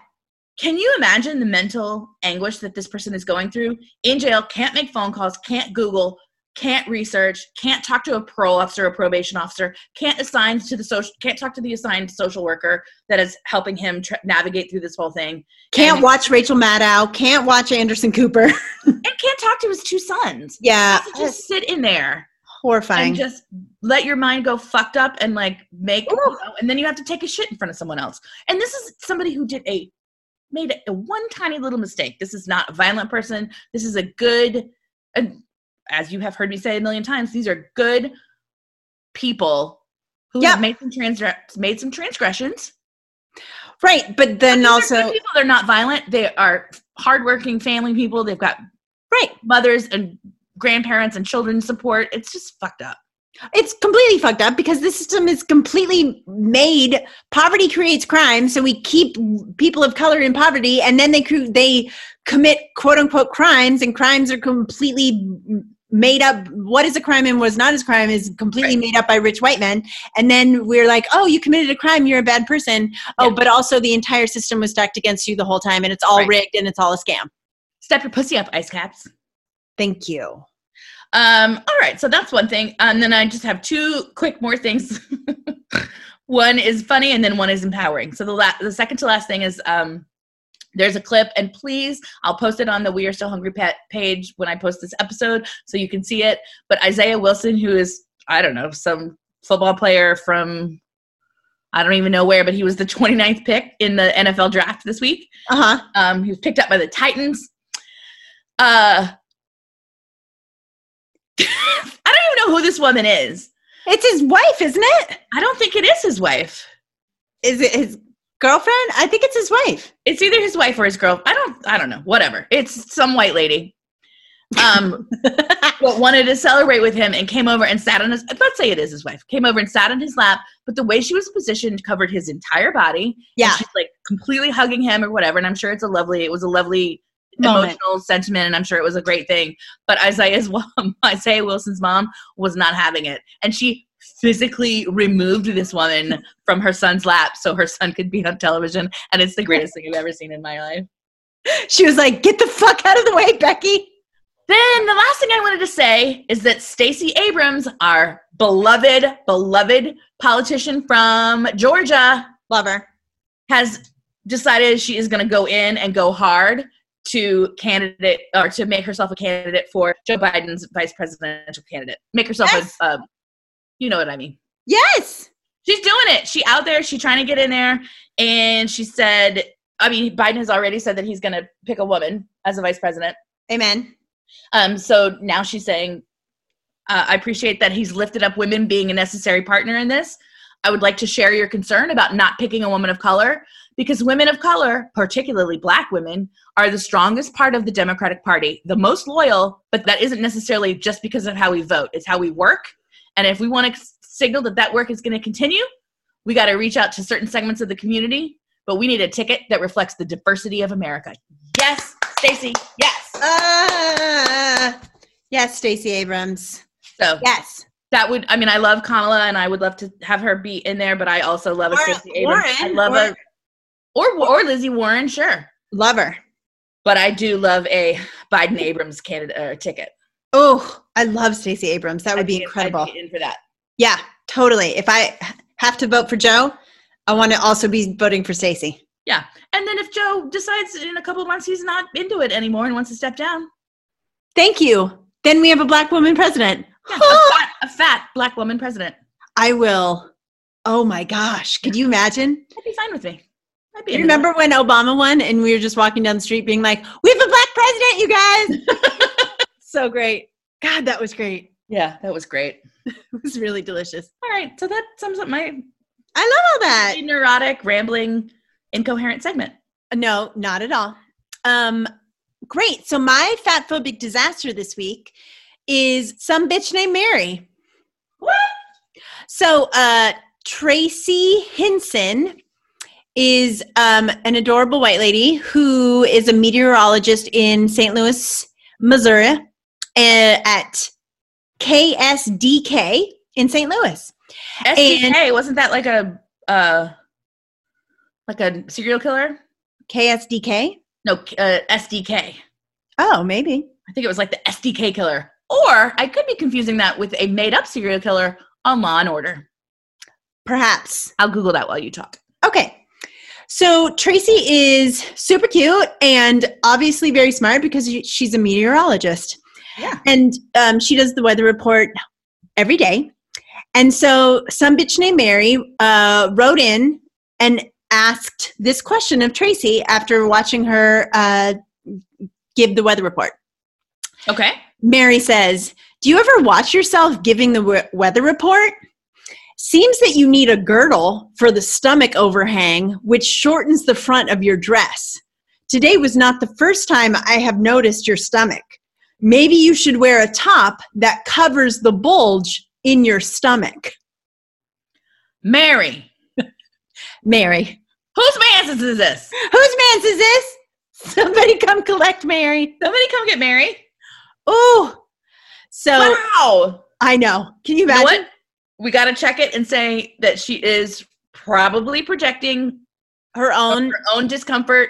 [SPEAKER 5] Can you imagine the mental anguish that this person is going through in jail? Can't make phone calls, can't Google, can't research, can't talk to a parole officer, a probation officer, can't assign to the social, can't talk to the assigned social worker that is helping him tr navigate through this whole thing,
[SPEAKER 3] Can't
[SPEAKER 5] and-
[SPEAKER 3] watch Rachel Maddow. Can't watch Anderson Cooper.
[SPEAKER 5] and can't talk to his two sons.
[SPEAKER 3] yeah.
[SPEAKER 5] You Just sit in there
[SPEAKER 3] Horrifying.
[SPEAKER 5] and just let your mind go fucked up and like make, you
[SPEAKER 3] Ooh.
[SPEAKER 5] know, and then you have to take a shit in front of someone else. And this is somebody who did a made a, one tiny little mistake. This is not a violent person. This is a good, and as you have heard me say a million times, these are good people who
[SPEAKER 3] Yep.
[SPEAKER 5] have made some trans made some transgressions.
[SPEAKER 3] right. But then
[SPEAKER 5] These are
[SPEAKER 3] also,
[SPEAKER 5] good people. They're not violent. They are hardworking family people. They've got
[SPEAKER 3] right.
[SPEAKER 5] mothers and grandparents and children to support. It's just fucked up.
[SPEAKER 3] It's completely fucked up because the system is completely made. Poverty creates crime, so we keep people of color in poverty, and then they cr- they commit quote unquote crimes, and crimes are completely m- made up. What is a crime and what is not a crime is completely made up by rich white men, and then we're like, oh, you committed a crime, you're a bad person. Oh,
[SPEAKER 5] Yeah.
[SPEAKER 3] but also the entire system was stacked against you the whole time, and it's all
[SPEAKER 5] Right.
[SPEAKER 3] rigged and it's all a scam.
[SPEAKER 5] Step your pussy up, ice caps.
[SPEAKER 3] Thank you.
[SPEAKER 5] Um, all right, so that's one thing. And then I just have two quick more things. one is funny, and then one is empowering. So the la- the second to last thing is um, There's a clip, and please, I'll post it on the We Are Still Hungry pa- page when I post this episode so you can see it. But Isaiah Wilson, who is, I don't know, some football player from, I don't even know where, but he was the 29th pick in the NFL draft this week.
[SPEAKER 3] Uh huh.
[SPEAKER 5] Um, he was picked up by the Titans. Uh, I don't even know who this woman is.
[SPEAKER 3] It's his wife, isn't it?
[SPEAKER 5] I don't think it is his wife.
[SPEAKER 3] Is it his girlfriend? I think it's his wife.
[SPEAKER 5] It's either his wife or his girl. I don't. I don't know. Whatever. It's some white lady. Um, but wanted to celebrate with him and came over and sat on his. Let's say it is his wife. Came over and sat on his lap, but the way she was positioned covered his entire body. And
[SPEAKER 3] Yeah.
[SPEAKER 5] she's like completely hugging him or whatever. And I'm sure it's a lovely. It was a lovely
[SPEAKER 3] Moment.
[SPEAKER 5] emotional sentiment, and I'm sure it was a great thing. But Isaiah's mom, Isaiah Wilson's mom, was not having it, and she physically removed this woman from her son's lap so her son could be on television. And it's the greatest thing I've ever seen in my life.
[SPEAKER 3] She was like, "Get the fuck out of the way, Becky."
[SPEAKER 5] Then the last thing I wanted to say is that Stacey Abrams, our beloved, beloved politician from Georgia,
[SPEAKER 3] Love her.
[SPEAKER 5] has decided she is going to go in and go hard to candidate or to make herself a candidate for Joe Biden's vice presidential candidate. Make herself
[SPEAKER 3] Yes.
[SPEAKER 5] a, a, you know what I mean.
[SPEAKER 3] Yes.
[SPEAKER 5] She's doing it. She out there. She trying to get in there. And she said, I mean, Biden has already said that he's going to pick a woman as a vice president.
[SPEAKER 3] Amen.
[SPEAKER 5] Um, so now she's saying, uh, I appreciate that he's lifted up women being a necessary partner in this. I would like to share your concern about not picking a woman of color because women of color, particularly black women, are the strongest part of the Democratic Party, the most loyal, but that isn't necessarily just because of how we vote, it's how we work. And if we want to signal that that work is going to continue, we got to reach out to certain segments of the community, but we need a ticket that reflects the diversity of America. Yes, Stacey, yes.
[SPEAKER 3] Uh, yes, Stacey Abrams.
[SPEAKER 5] So
[SPEAKER 3] Yes.
[SPEAKER 5] That would, I mean, I love Kamala, and I would love to have her be in there, but I also love a
[SPEAKER 3] Or
[SPEAKER 5] Stacey Abrams. I
[SPEAKER 3] Warren,
[SPEAKER 5] love
[SPEAKER 3] or-
[SPEAKER 5] a or or Lizzie Warren, sure,
[SPEAKER 3] Love her.
[SPEAKER 5] but I do love a Biden Abrams candidate uh, ticket.
[SPEAKER 3] Oh, I love Stacey Abrams. That would
[SPEAKER 5] I'd
[SPEAKER 3] be
[SPEAKER 5] I'd
[SPEAKER 3] incredible.
[SPEAKER 5] in for that.
[SPEAKER 3] Yeah, totally. If I have to vote for Joe, I want to also be voting for Stacey.
[SPEAKER 5] And then if Joe decides in a couple of months he's not into it anymore and wants to step down,
[SPEAKER 3] Thank you. Then we have a black woman president.
[SPEAKER 5] yeah, a, fat, a fat black woman president,
[SPEAKER 3] I will. Oh my gosh. Could you imagine?
[SPEAKER 5] that'd be fine with me. I'd be
[SPEAKER 3] You
[SPEAKER 5] into that.
[SPEAKER 3] remember when Obama won and we were just walking down the street being like, we have a black president, you guys? so great. God, that was great.
[SPEAKER 5] Yeah, that was great.
[SPEAKER 3] It was really delicious.
[SPEAKER 5] All right, so that sums up my
[SPEAKER 3] I love all that.
[SPEAKER 5] neurotic, rambling, incoherent segment.
[SPEAKER 3] No, not at all. Um, great. So my fat phobic disaster this week is some bitch named Mary.
[SPEAKER 5] What?
[SPEAKER 3] So uh, Tracy Hinson is um, an adorable white lady who is a meteorologist in St. Louis, Missouri, uh, at KSDK in St. Louis.
[SPEAKER 5] SDK wasn't that like a uh like a serial killer?
[SPEAKER 3] KSDK?
[SPEAKER 5] No, uh, SDK.
[SPEAKER 3] Oh, maybe.
[SPEAKER 5] I think it was like the SDK killer. Or I could be confusing that with a made up serial killer on Law and Order.
[SPEAKER 3] Perhaps.
[SPEAKER 5] I'll Google that while you talk.
[SPEAKER 3] Okay. So Tracy is super cute and obviously very smart because she- she's a meteorologist.
[SPEAKER 5] Yeah.
[SPEAKER 3] And um, she does the weather report every day. And so some bitch named Mary uh, wrote in and asked this question of Tracy after watching her uh, give the weather report.
[SPEAKER 5] Okay.
[SPEAKER 3] Mary says, Do you ever watch yourself giving the we- weather report? Seems that you need a girdle for the stomach overhang, which shortens the front of your dress. Today was not the first time I have noticed your stomach. Maybe you should wear a top that covers the bulge in your stomach.
[SPEAKER 5] Mary.
[SPEAKER 3] Mary.
[SPEAKER 5] Whose man's is this?
[SPEAKER 3] Whose man's is this? Somebody come collect Mary.
[SPEAKER 5] Somebody come get Mary.
[SPEAKER 3] Ooh. So
[SPEAKER 5] Wow.
[SPEAKER 3] I know. Can you
[SPEAKER 5] You know
[SPEAKER 3] imagine?
[SPEAKER 5] what? We got to check it and say that she is probably projecting
[SPEAKER 3] Her own,
[SPEAKER 5] her own discomfort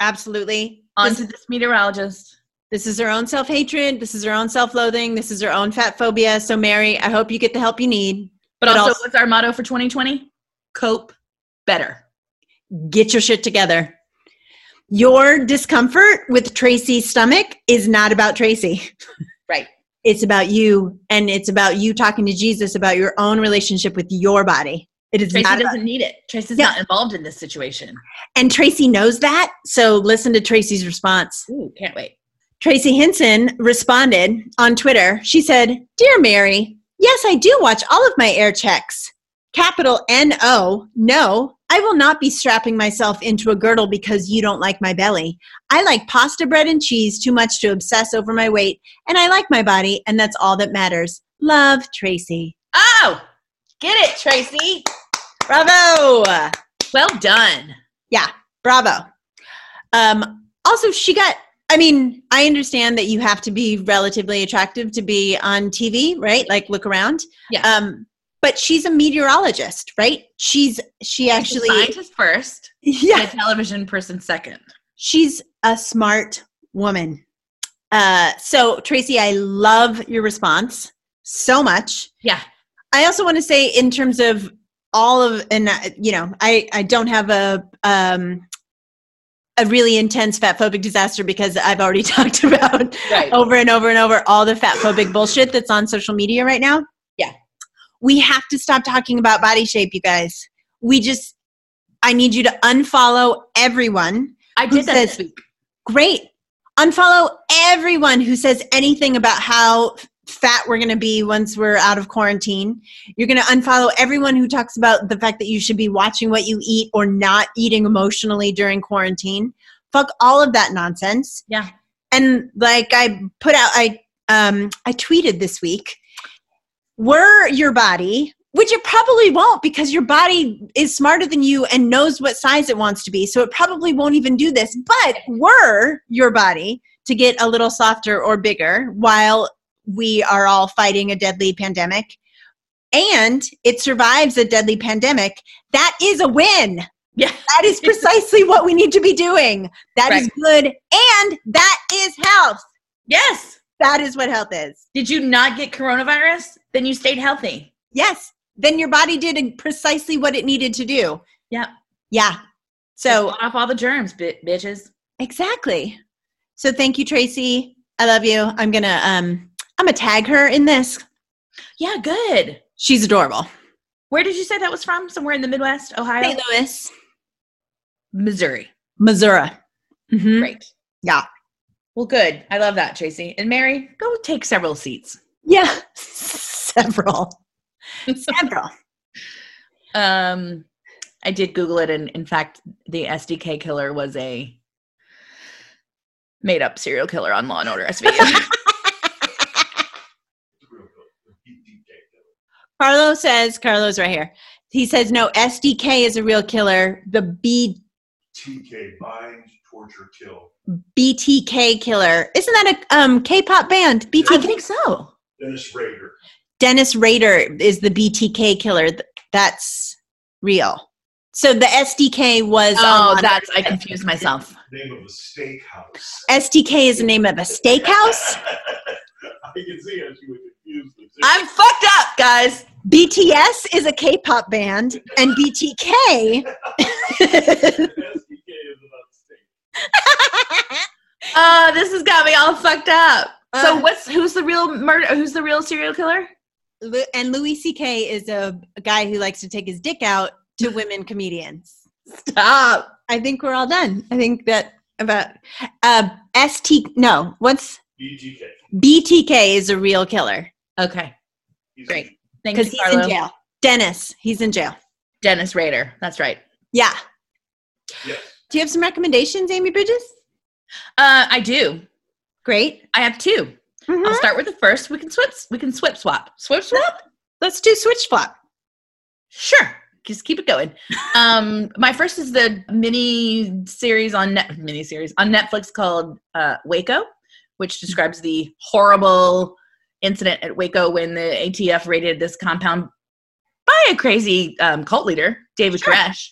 [SPEAKER 3] absolutely.
[SPEAKER 5] onto this meteorologist.
[SPEAKER 3] This is her own self hatred. This is her own self loathing. This is her own fat phobia. So, Mary, I hope you get the help you need.
[SPEAKER 5] But
[SPEAKER 3] But
[SPEAKER 5] also,
[SPEAKER 3] also-
[SPEAKER 5] what's our motto for 2020? Cope better.
[SPEAKER 3] Get your shit together. your discomfort with Tracy's stomach is not about Tracy.
[SPEAKER 5] Right.
[SPEAKER 3] It's about you, and it's about you talking to Jesus about your own relationship with your body. It is
[SPEAKER 5] Tracy
[SPEAKER 3] not
[SPEAKER 5] doesn't
[SPEAKER 3] about,
[SPEAKER 5] need it. Tracy's not involved in this situation.
[SPEAKER 3] and Tracy knows that. So listen to Tracy's response.
[SPEAKER 5] Ooh, can't wait.
[SPEAKER 3] Tracy Hinson responded on Twitter. She said, Dear Mary, yes, I do watch all of my air checks. Capital N O, no, I will not be strapping myself into a girdle because you don't like my belly. I like pasta bread and cheese too much to obsess over my weight, and I like my body, and that's all that matters. Love, Tracy.
[SPEAKER 5] Oh, get it, Tracy.
[SPEAKER 3] Bravo.
[SPEAKER 5] Well done.
[SPEAKER 3] Bravo. Um, also, she got, I mean, I understand that you have to be relatively attractive to be on TV, right? Like look around.
[SPEAKER 5] Yeah.
[SPEAKER 3] Um, but she's a meteorologist, right? She's, she actually,
[SPEAKER 5] scientist first, and
[SPEAKER 3] yeah,
[SPEAKER 5] a television person second.
[SPEAKER 3] she's a smart woman. Uh, so, Tracy, I love your response so much.
[SPEAKER 5] Yeah.
[SPEAKER 3] I also want to say, in terms of all of, and uh, you know, I I don't have a um a really intense fat phobic disaster because I've already talked about
[SPEAKER 5] Right.
[SPEAKER 3] over and over and over all the fat phobic bullshit that's on social media right now.
[SPEAKER 5] Yeah.
[SPEAKER 3] we have to stop talking about body shape, you guys. We just, I need you to unfollow everyone
[SPEAKER 5] I
[SPEAKER 3] who
[SPEAKER 5] did that this
[SPEAKER 3] says-
[SPEAKER 5] week.
[SPEAKER 3] great. Unfollow everyone who says anything about how fat we're going to be once we're out of quarantine. You're going to unfollow everyone who talks about the fact that you should be watching what you eat or not eating emotionally during quarantine. Fuck all of that nonsense.
[SPEAKER 5] Yeah.
[SPEAKER 3] And like I put out I um I tweeted this week, were your body which it probably won't because your body is smarter than you and knows what size it wants to be. So it probably won't even do this. But were your body to get a little softer or bigger while we are all fighting a deadly pandemic and it survives a deadly pandemic, that is a win.
[SPEAKER 5] Yeah.
[SPEAKER 3] That is precisely what we need to be doing. That is good and that is health.
[SPEAKER 5] Yes.
[SPEAKER 3] That is what health is.
[SPEAKER 5] Did you not get coronavirus? Then you stayed healthy.
[SPEAKER 3] Yes. Then your body did precisely what it needed to do.
[SPEAKER 5] Yep.
[SPEAKER 3] Yeah. So
[SPEAKER 5] Fought off all the germs, bi- bitches.
[SPEAKER 3] exactly. So thank you, Tracy. I love you. I'm gonna um I'm gonna tag her in this.
[SPEAKER 5] Yeah, good.
[SPEAKER 3] She's adorable.
[SPEAKER 5] Where did you say that was from? Somewhere in the Midwest, Ohio,
[SPEAKER 3] St. Louis,
[SPEAKER 5] Missouri.
[SPEAKER 3] Missouri. Mhm.
[SPEAKER 5] Great.
[SPEAKER 3] Yeah.
[SPEAKER 5] Well, good. I love that, Tracy and Mary. Go take several seats.
[SPEAKER 3] Yeah. Several. Several.
[SPEAKER 5] Um, I did Google it, and in fact, the SDK killer was a made up serial killer on Law and Order SVU.
[SPEAKER 3] Carlo says, Carlo's right here. He says, no, SDK is a real killer. The B
[SPEAKER 4] TK bind, torture, kill.
[SPEAKER 3] BTK killer. Isn't that a um, K-pop band? BTK.
[SPEAKER 5] I think so.
[SPEAKER 4] Dennis Rader.
[SPEAKER 3] Dennis Rader is the BTK killer. Th- That's real. So the SDK was. um,
[SPEAKER 5] Oh,
[SPEAKER 3] on-
[SPEAKER 5] that's I confused myself.
[SPEAKER 4] Name of a steakhouse.
[SPEAKER 3] SDK is the name of a steakhouse.
[SPEAKER 4] I can see how she was confused.
[SPEAKER 5] I'm fucked up, guys.
[SPEAKER 3] BTS is a K-pop band, and BTK.
[SPEAKER 4] SDK is about steak.
[SPEAKER 5] Oh, this has got me all fucked up. so
[SPEAKER 3] Uh,
[SPEAKER 5] what's who's the real murder? Who's the real serial killer?
[SPEAKER 3] Lu- and Louis C.K. is a, a guy who likes to take his dick out to women comedians.
[SPEAKER 5] Stop.
[SPEAKER 3] I think we're all done. I think that about uh, ST. No, what's
[SPEAKER 4] BTK.
[SPEAKER 3] BTK is a real killer
[SPEAKER 5] Okay,
[SPEAKER 4] He's-
[SPEAKER 5] Great. thank you,
[SPEAKER 3] because he's
[SPEAKER 5] Carlo.
[SPEAKER 3] in jail. Dennis, he's in jail.
[SPEAKER 5] Dennis Rader. That's right.
[SPEAKER 3] Yeah.
[SPEAKER 4] Yes.
[SPEAKER 3] Do you have some recommendations, Amy Bridges?
[SPEAKER 5] Uh, I do.
[SPEAKER 3] Great.
[SPEAKER 5] I have 2 i
[SPEAKER 3] Mm-hmm.
[SPEAKER 5] I'll start with the first. We can swip. We can swip swap. Swip swap.
[SPEAKER 3] Let's do switch flop.
[SPEAKER 5] Sure. Just keep it going. Um, my first is the mini series on net mini series on Netflix called uh, Waco, which describes the horrible incident at Waco when the ATF raided this compound by a crazy um, cult leader, David Koresh,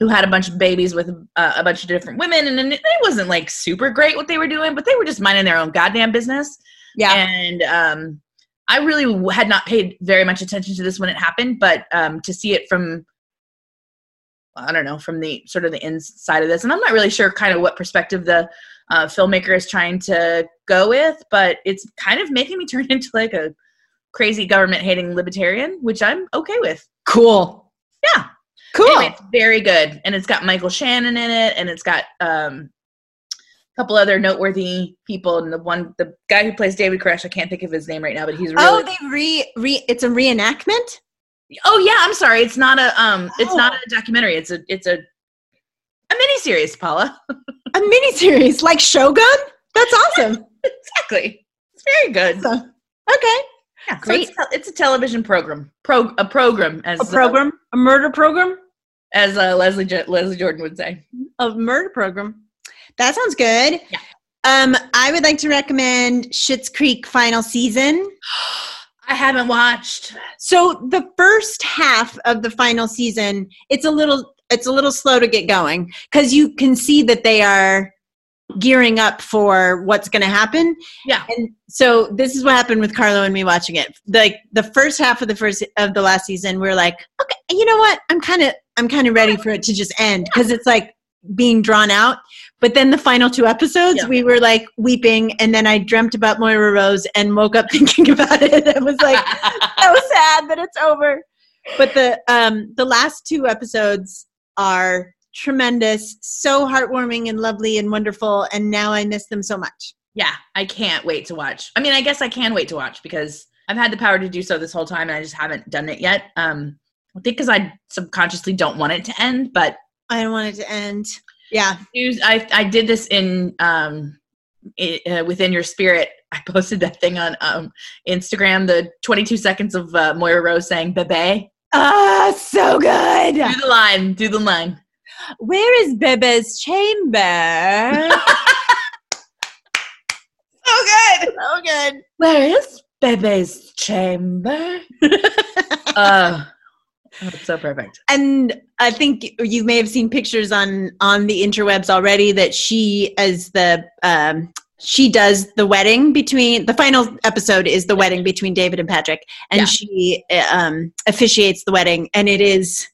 [SPEAKER 5] who had a bunch of babies with uh, a bunch of different women, and, and it wasn't like super great what they were doing, but they were just minding their own goddamn business.
[SPEAKER 3] Yeah.
[SPEAKER 5] And um, I really w- had not paid very much attention to this when it happened, but um, to see it from I don't know, from the sort of the inside of this. And I'm not really sure kind of what perspective the uh, filmmaker is trying to go with, but it's kind of making me turn into like a crazy government hating libertarian, which I'm okay with.
[SPEAKER 3] Cool.
[SPEAKER 5] Yeah.
[SPEAKER 3] Cool.
[SPEAKER 5] Anyway, it's very good. And it's got Michael Shannon in it, and it's got um, a couple other noteworthy people. And the one, the guy who plays David Koresh, I can't think of his name right now, but he's really.
[SPEAKER 3] Oh, they re re. It's a reenactment.
[SPEAKER 5] Oh yeah, I'm sorry. It's not a um it's not a documentary. It's a it's a a mini series, Paula.
[SPEAKER 3] A miniseries like Shogun. That's awesome.
[SPEAKER 5] exactly. It's very good.
[SPEAKER 3] awesome. Okay.
[SPEAKER 5] Yeah, so
[SPEAKER 3] great.
[SPEAKER 5] it's, tel- it's a television program. Pro a program as
[SPEAKER 3] A program. A murder program.
[SPEAKER 5] uh, as uh, Leslie Jo- Leslie Jordan would say.
[SPEAKER 3] A murder program. That sounds good.
[SPEAKER 5] Yeah.
[SPEAKER 3] Um, I would like to recommend Schitt's Creek final season.
[SPEAKER 5] I haven't watched.
[SPEAKER 3] So the first half of the final season, it's a little it's a little slow to get going because you can see that they are gearing up for what's going to happen.
[SPEAKER 5] Yeah.
[SPEAKER 3] And so this is what happened with Carlo and me watching it. Like the first half of the first of the last season, we're like, okay, you know what? I'm kind of I'm kind of ready for it to just end because it's like being drawn out. But then the final two episodes,
[SPEAKER 5] Yeah.
[SPEAKER 3] we were like weeping, and then I dreamt about Moira Rose and woke up thinking about it. I was like, so sad that it's over. But the um the last two episodes are tremendous, so heartwarming and lovely and wonderful, and now I miss them so much.
[SPEAKER 5] yeah, I can't wait to watch. I mean, I guess I can wait to watch because I've had the power to do so this whole time and I just haven't done it yet. Um I think cuz I subconsciously don't want it to end, but
[SPEAKER 3] I don't want it to end. Yeah.
[SPEAKER 5] news i i did this in um i uh, within your spirit i posted that thing on um instagram the 22 seconds of uh, moira rose saying bebe
[SPEAKER 3] Ah, so good.
[SPEAKER 5] do the line do the line
[SPEAKER 3] Where is Bebe's chamber? so good. So good.
[SPEAKER 5] where is bebe's chamber uh oh, it's so perfect
[SPEAKER 3] And I think you may have seen pictures on on the interwebs already that she as the um, she does the wedding between the final episode is the wedding between David and Patrick, and
[SPEAKER 5] Yeah.
[SPEAKER 3] she uh, um, officiates the wedding, and it is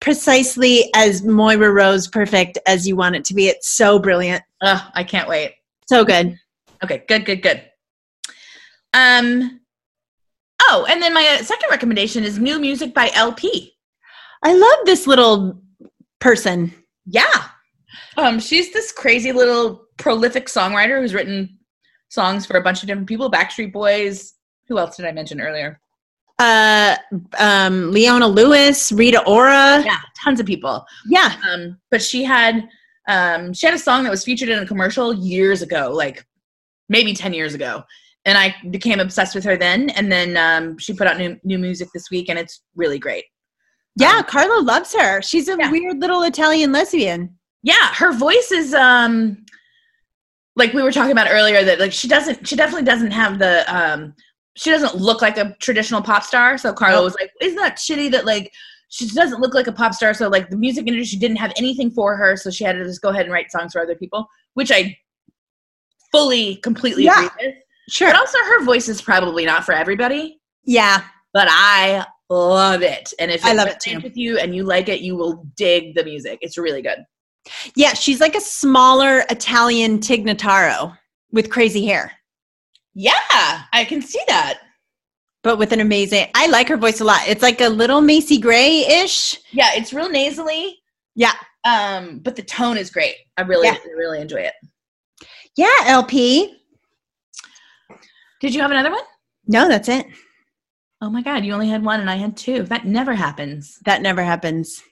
[SPEAKER 3] precisely as Moira Rose perfect as you want it to be. It's so brilliant,
[SPEAKER 5] uh i can't wait
[SPEAKER 3] so good.
[SPEAKER 5] Okay, good, good, good. Um, oh, and then my uh, second recommendation is new music by LP.
[SPEAKER 3] I love this little person.
[SPEAKER 5] Yeah. Um, she's this crazy little prolific songwriter who's written songs for a bunch of different people Backstreet Boys. Who else did I mention earlier?
[SPEAKER 3] Uh, um, Leona Lewis, Rita Ora.
[SPEAKER 5] Yeah, tons of people.
[SPEAKER 3] yeah.
[SPEAKER 5] Um, but she had um, she had a song that was featured in a commercial years ago, like maybe ten years ago, and I became obsessed with her then. And then um, she put out new new music this week, and it's really great.
[SPEAKER 3] Yeah,
[SPEAKER 5] Um,
[SPEAKER 3] Carlo loves her. She's a
[SPEAKER 5] Yeah.
[SPEAKER 3] weird little Italian lesbian.
[SPEAKER 5] yeah her voice is um like we were talking about earlier that like she doesn't she definitely doesn't have the um she doesn't look like a traditional pop star so carlo
[SPEAKER 3] Nope.
[SPEAKER 5] was like isn't that shitty that like she doesn't look like a pop star so like the music industry didn't have anything for her so she had to just go ahead and write songs for other people which i fully completely
[SPEAKER 3] Yeah.
[SPEAKER 5] agree with
[SPEAKER 3] Sure.
[SPEAKER 5] but also her voice is probably not for everybody
[SPEAKER 3] Yeah.
[SPEAKER 5] but i love it and if
[SPEAKER 3] I
[SPEAKER 5] it
[SPEAKER 3] love it too.
[SPEAKER 5] resonates with you and you like it you will dig the music it's really good
[SPEAKER 3] Yeah, she's like a smaller Italian Tignataro with crazy hair,
[SPEAKER 5] Yeah, I can see that.
[SPEAKER 3] but with an amazing I like her voice a lot. It's like a little Macy Gray-ish.
[SPEAKER 5] Yeah, it's real nasally.
[SPEAKER 3] Yeah.
[SPEAKER 5] Um, but the tone is great. I really,
[SPEAKER 3] Yeah.
[SPEAKER 5] I really enjoy it.
[SPEAKER 3] Yeah, LP.
[SPEAKER 5] Did you have another one?
[SPEAKER 3] No, that's it.
[SPEAKER 5] Oh my god, you only had one and I had two. That never happens.
[SPEAKER 3] That never happens.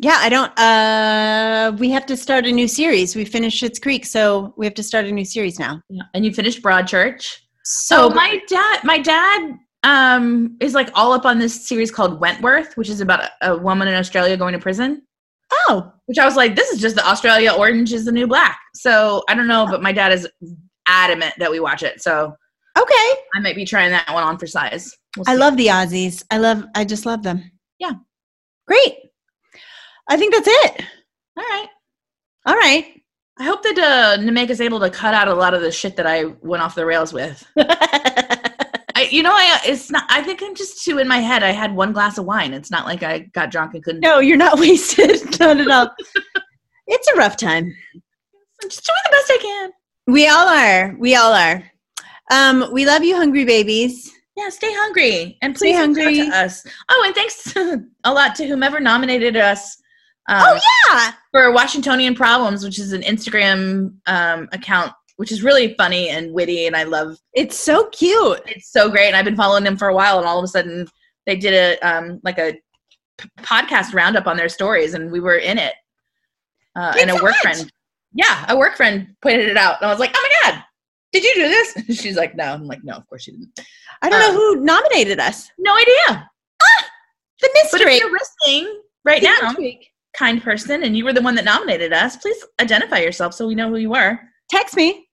[SPEAKER 3] Yeah, I don't uh we have to start a new series. We finished Schitt's Creek, so we have to start a new series now.
[SPEAKER 5] Yeah. And you finished Broadchurch.
[SPEAKER 3] So
[SPEAKER 5] oh, my dad, my dad um is like all up on this series called Wentworth, which is about a, a woman in Australia going to prison.
[SPEAKER 3] oh,
[SPEAKER 5] Which I was like, this is just the Australia Orange is the new black. So I don't know, but my dad is adamant that we watch it. So
[SPEAKER 3] okay.
[SPEAKER 5] I might be trying that one on for size. We'll
[SPEAKER 3] I
[SPEAKER 5] see.
[SPEAKER 3] love the Aussies. I love. I just love them.
[SPEAKER 5] Yeah.
[SPEAKER 3] Great. I think that's it.
[SPEAKER 5] all right.
[SPEAKER 3] All right.
[SPEAKER 5] I hope that uh, Nemec is able to cut out a lot of the shit that I went off the rails with. I I, you know, I it's not. I think I'm just too in my head. I had one glass of wine. It's not like I got drunk and couldn't.
[SPEAKER 3] No, you're not wasted. not at all. It's a rough time.
[SPEAKER 5] I'm just doing the best I can.
[SPEAKER 3] We all are. We all are. Um, we love you, hungry babies.
[SPEAKER 5] Yeah, stay hungry and
[SPEAKER 3] Stay
[SPEAKER 5] please reach out
[SPEAKER 3] hungry.
[SPEAKER 5] to us. Oh, and thanks a lot to whomever nominated us. Um,
[SPEAKER 3] Oh, Yeah.
[SPEAKER 5] for Washingtonian Problems, which is an Instagram um, account, which is really funny and witty, and I love.
[SPEAKER 3] It's so cute.
[SPEAKER 5] It's so great, and I've been following them for a while, and all of a sudden they did a um, like a p- podcast roundup on their stories, and we were in it. Uh,
[SPEAKER 3] Thanks
[SPEAKER 5] and a
[SPEAKER 3] so
[SPEAKER 5] work
[SPEAKER 3] much.
[SPEAKER 5] friend, yeah, a work friend pointed it out, and I was like, "Oh my god, did you do this?" She's like, "No," I'm like, "No, of course she didn't."
[SPEAKER 3] I don't
[SPEAKER 5] Um,
[SPEAKER 3] know who nominated us.
[SPEAKER 5] No idea.
[SPEAKER 3] The
[SPEAKER 5] But if
[SPEAKER 3] mystery.
[SPEAKER 5] you're listening right
[SPEAKER 3] The
[SPEAKER 5] now,
[SPEAKER 3] intrigue.
[SPEAKER 5] kind person, and you were the one that nominated us, please identify yourself so we know who you were.
[SPEAKER 3] Text me.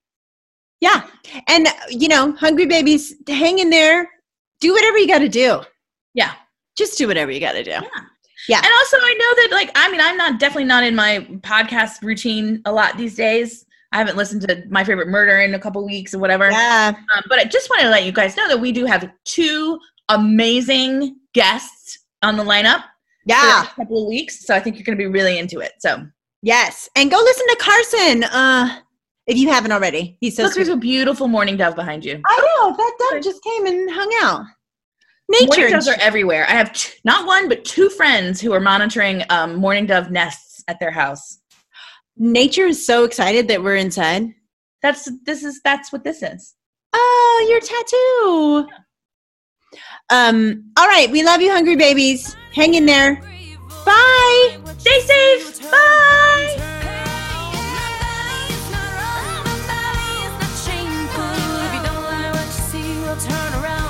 [SPEAKER 3] Yeah. And, uh, you know, hungry babies, hang in there. Do whatever you got to do.
[SPEAKER 5] Yeah.
[SPEAKER 3] Just do whatever you got to do.
[SPEAKER 5] And also, I know that, like, I mean, I'm not definitely not in my podcast routine a lot these days. I haven't listened to My Favorite Murder in a couple weeks or whatever.
[SPEAKER 3] Yeah.
[SPEAKER 5] Um, but I just wanted to let you guys know that we do have two amazing guests on the lineup for the
[SPEAKER 3] Yeah.
[SPEAKER 5] next couple of weeks. So I think you're going to be really into it. So
[SPEAKER 3] Yes. And go listen to Carson uh, if you haven't already. He's so
[SPEAKER 5] look,
[SPEAKER 3] sweet. Oh,
[SPEAKER 5] there's a beautiful mourning dove behind you.
[SPEAKER 3] I know. That dove just came and hung out. Nature.
[SPEAKER 5] Morning doves are everywhere. I have t- not one but two friends who are monitoring um, mourning dove nests at their house.
[SPEAKER 3] Nature is so excited that we're inside.
[SPEAKER 5] That's this is that's what this is.
[SPEAKER 3] Oh, your tattoo. Um, all right, we love you, hungry babies. Hang in there. Bye.
[SPEAKER 2] Stay safe. Bye. Turn around.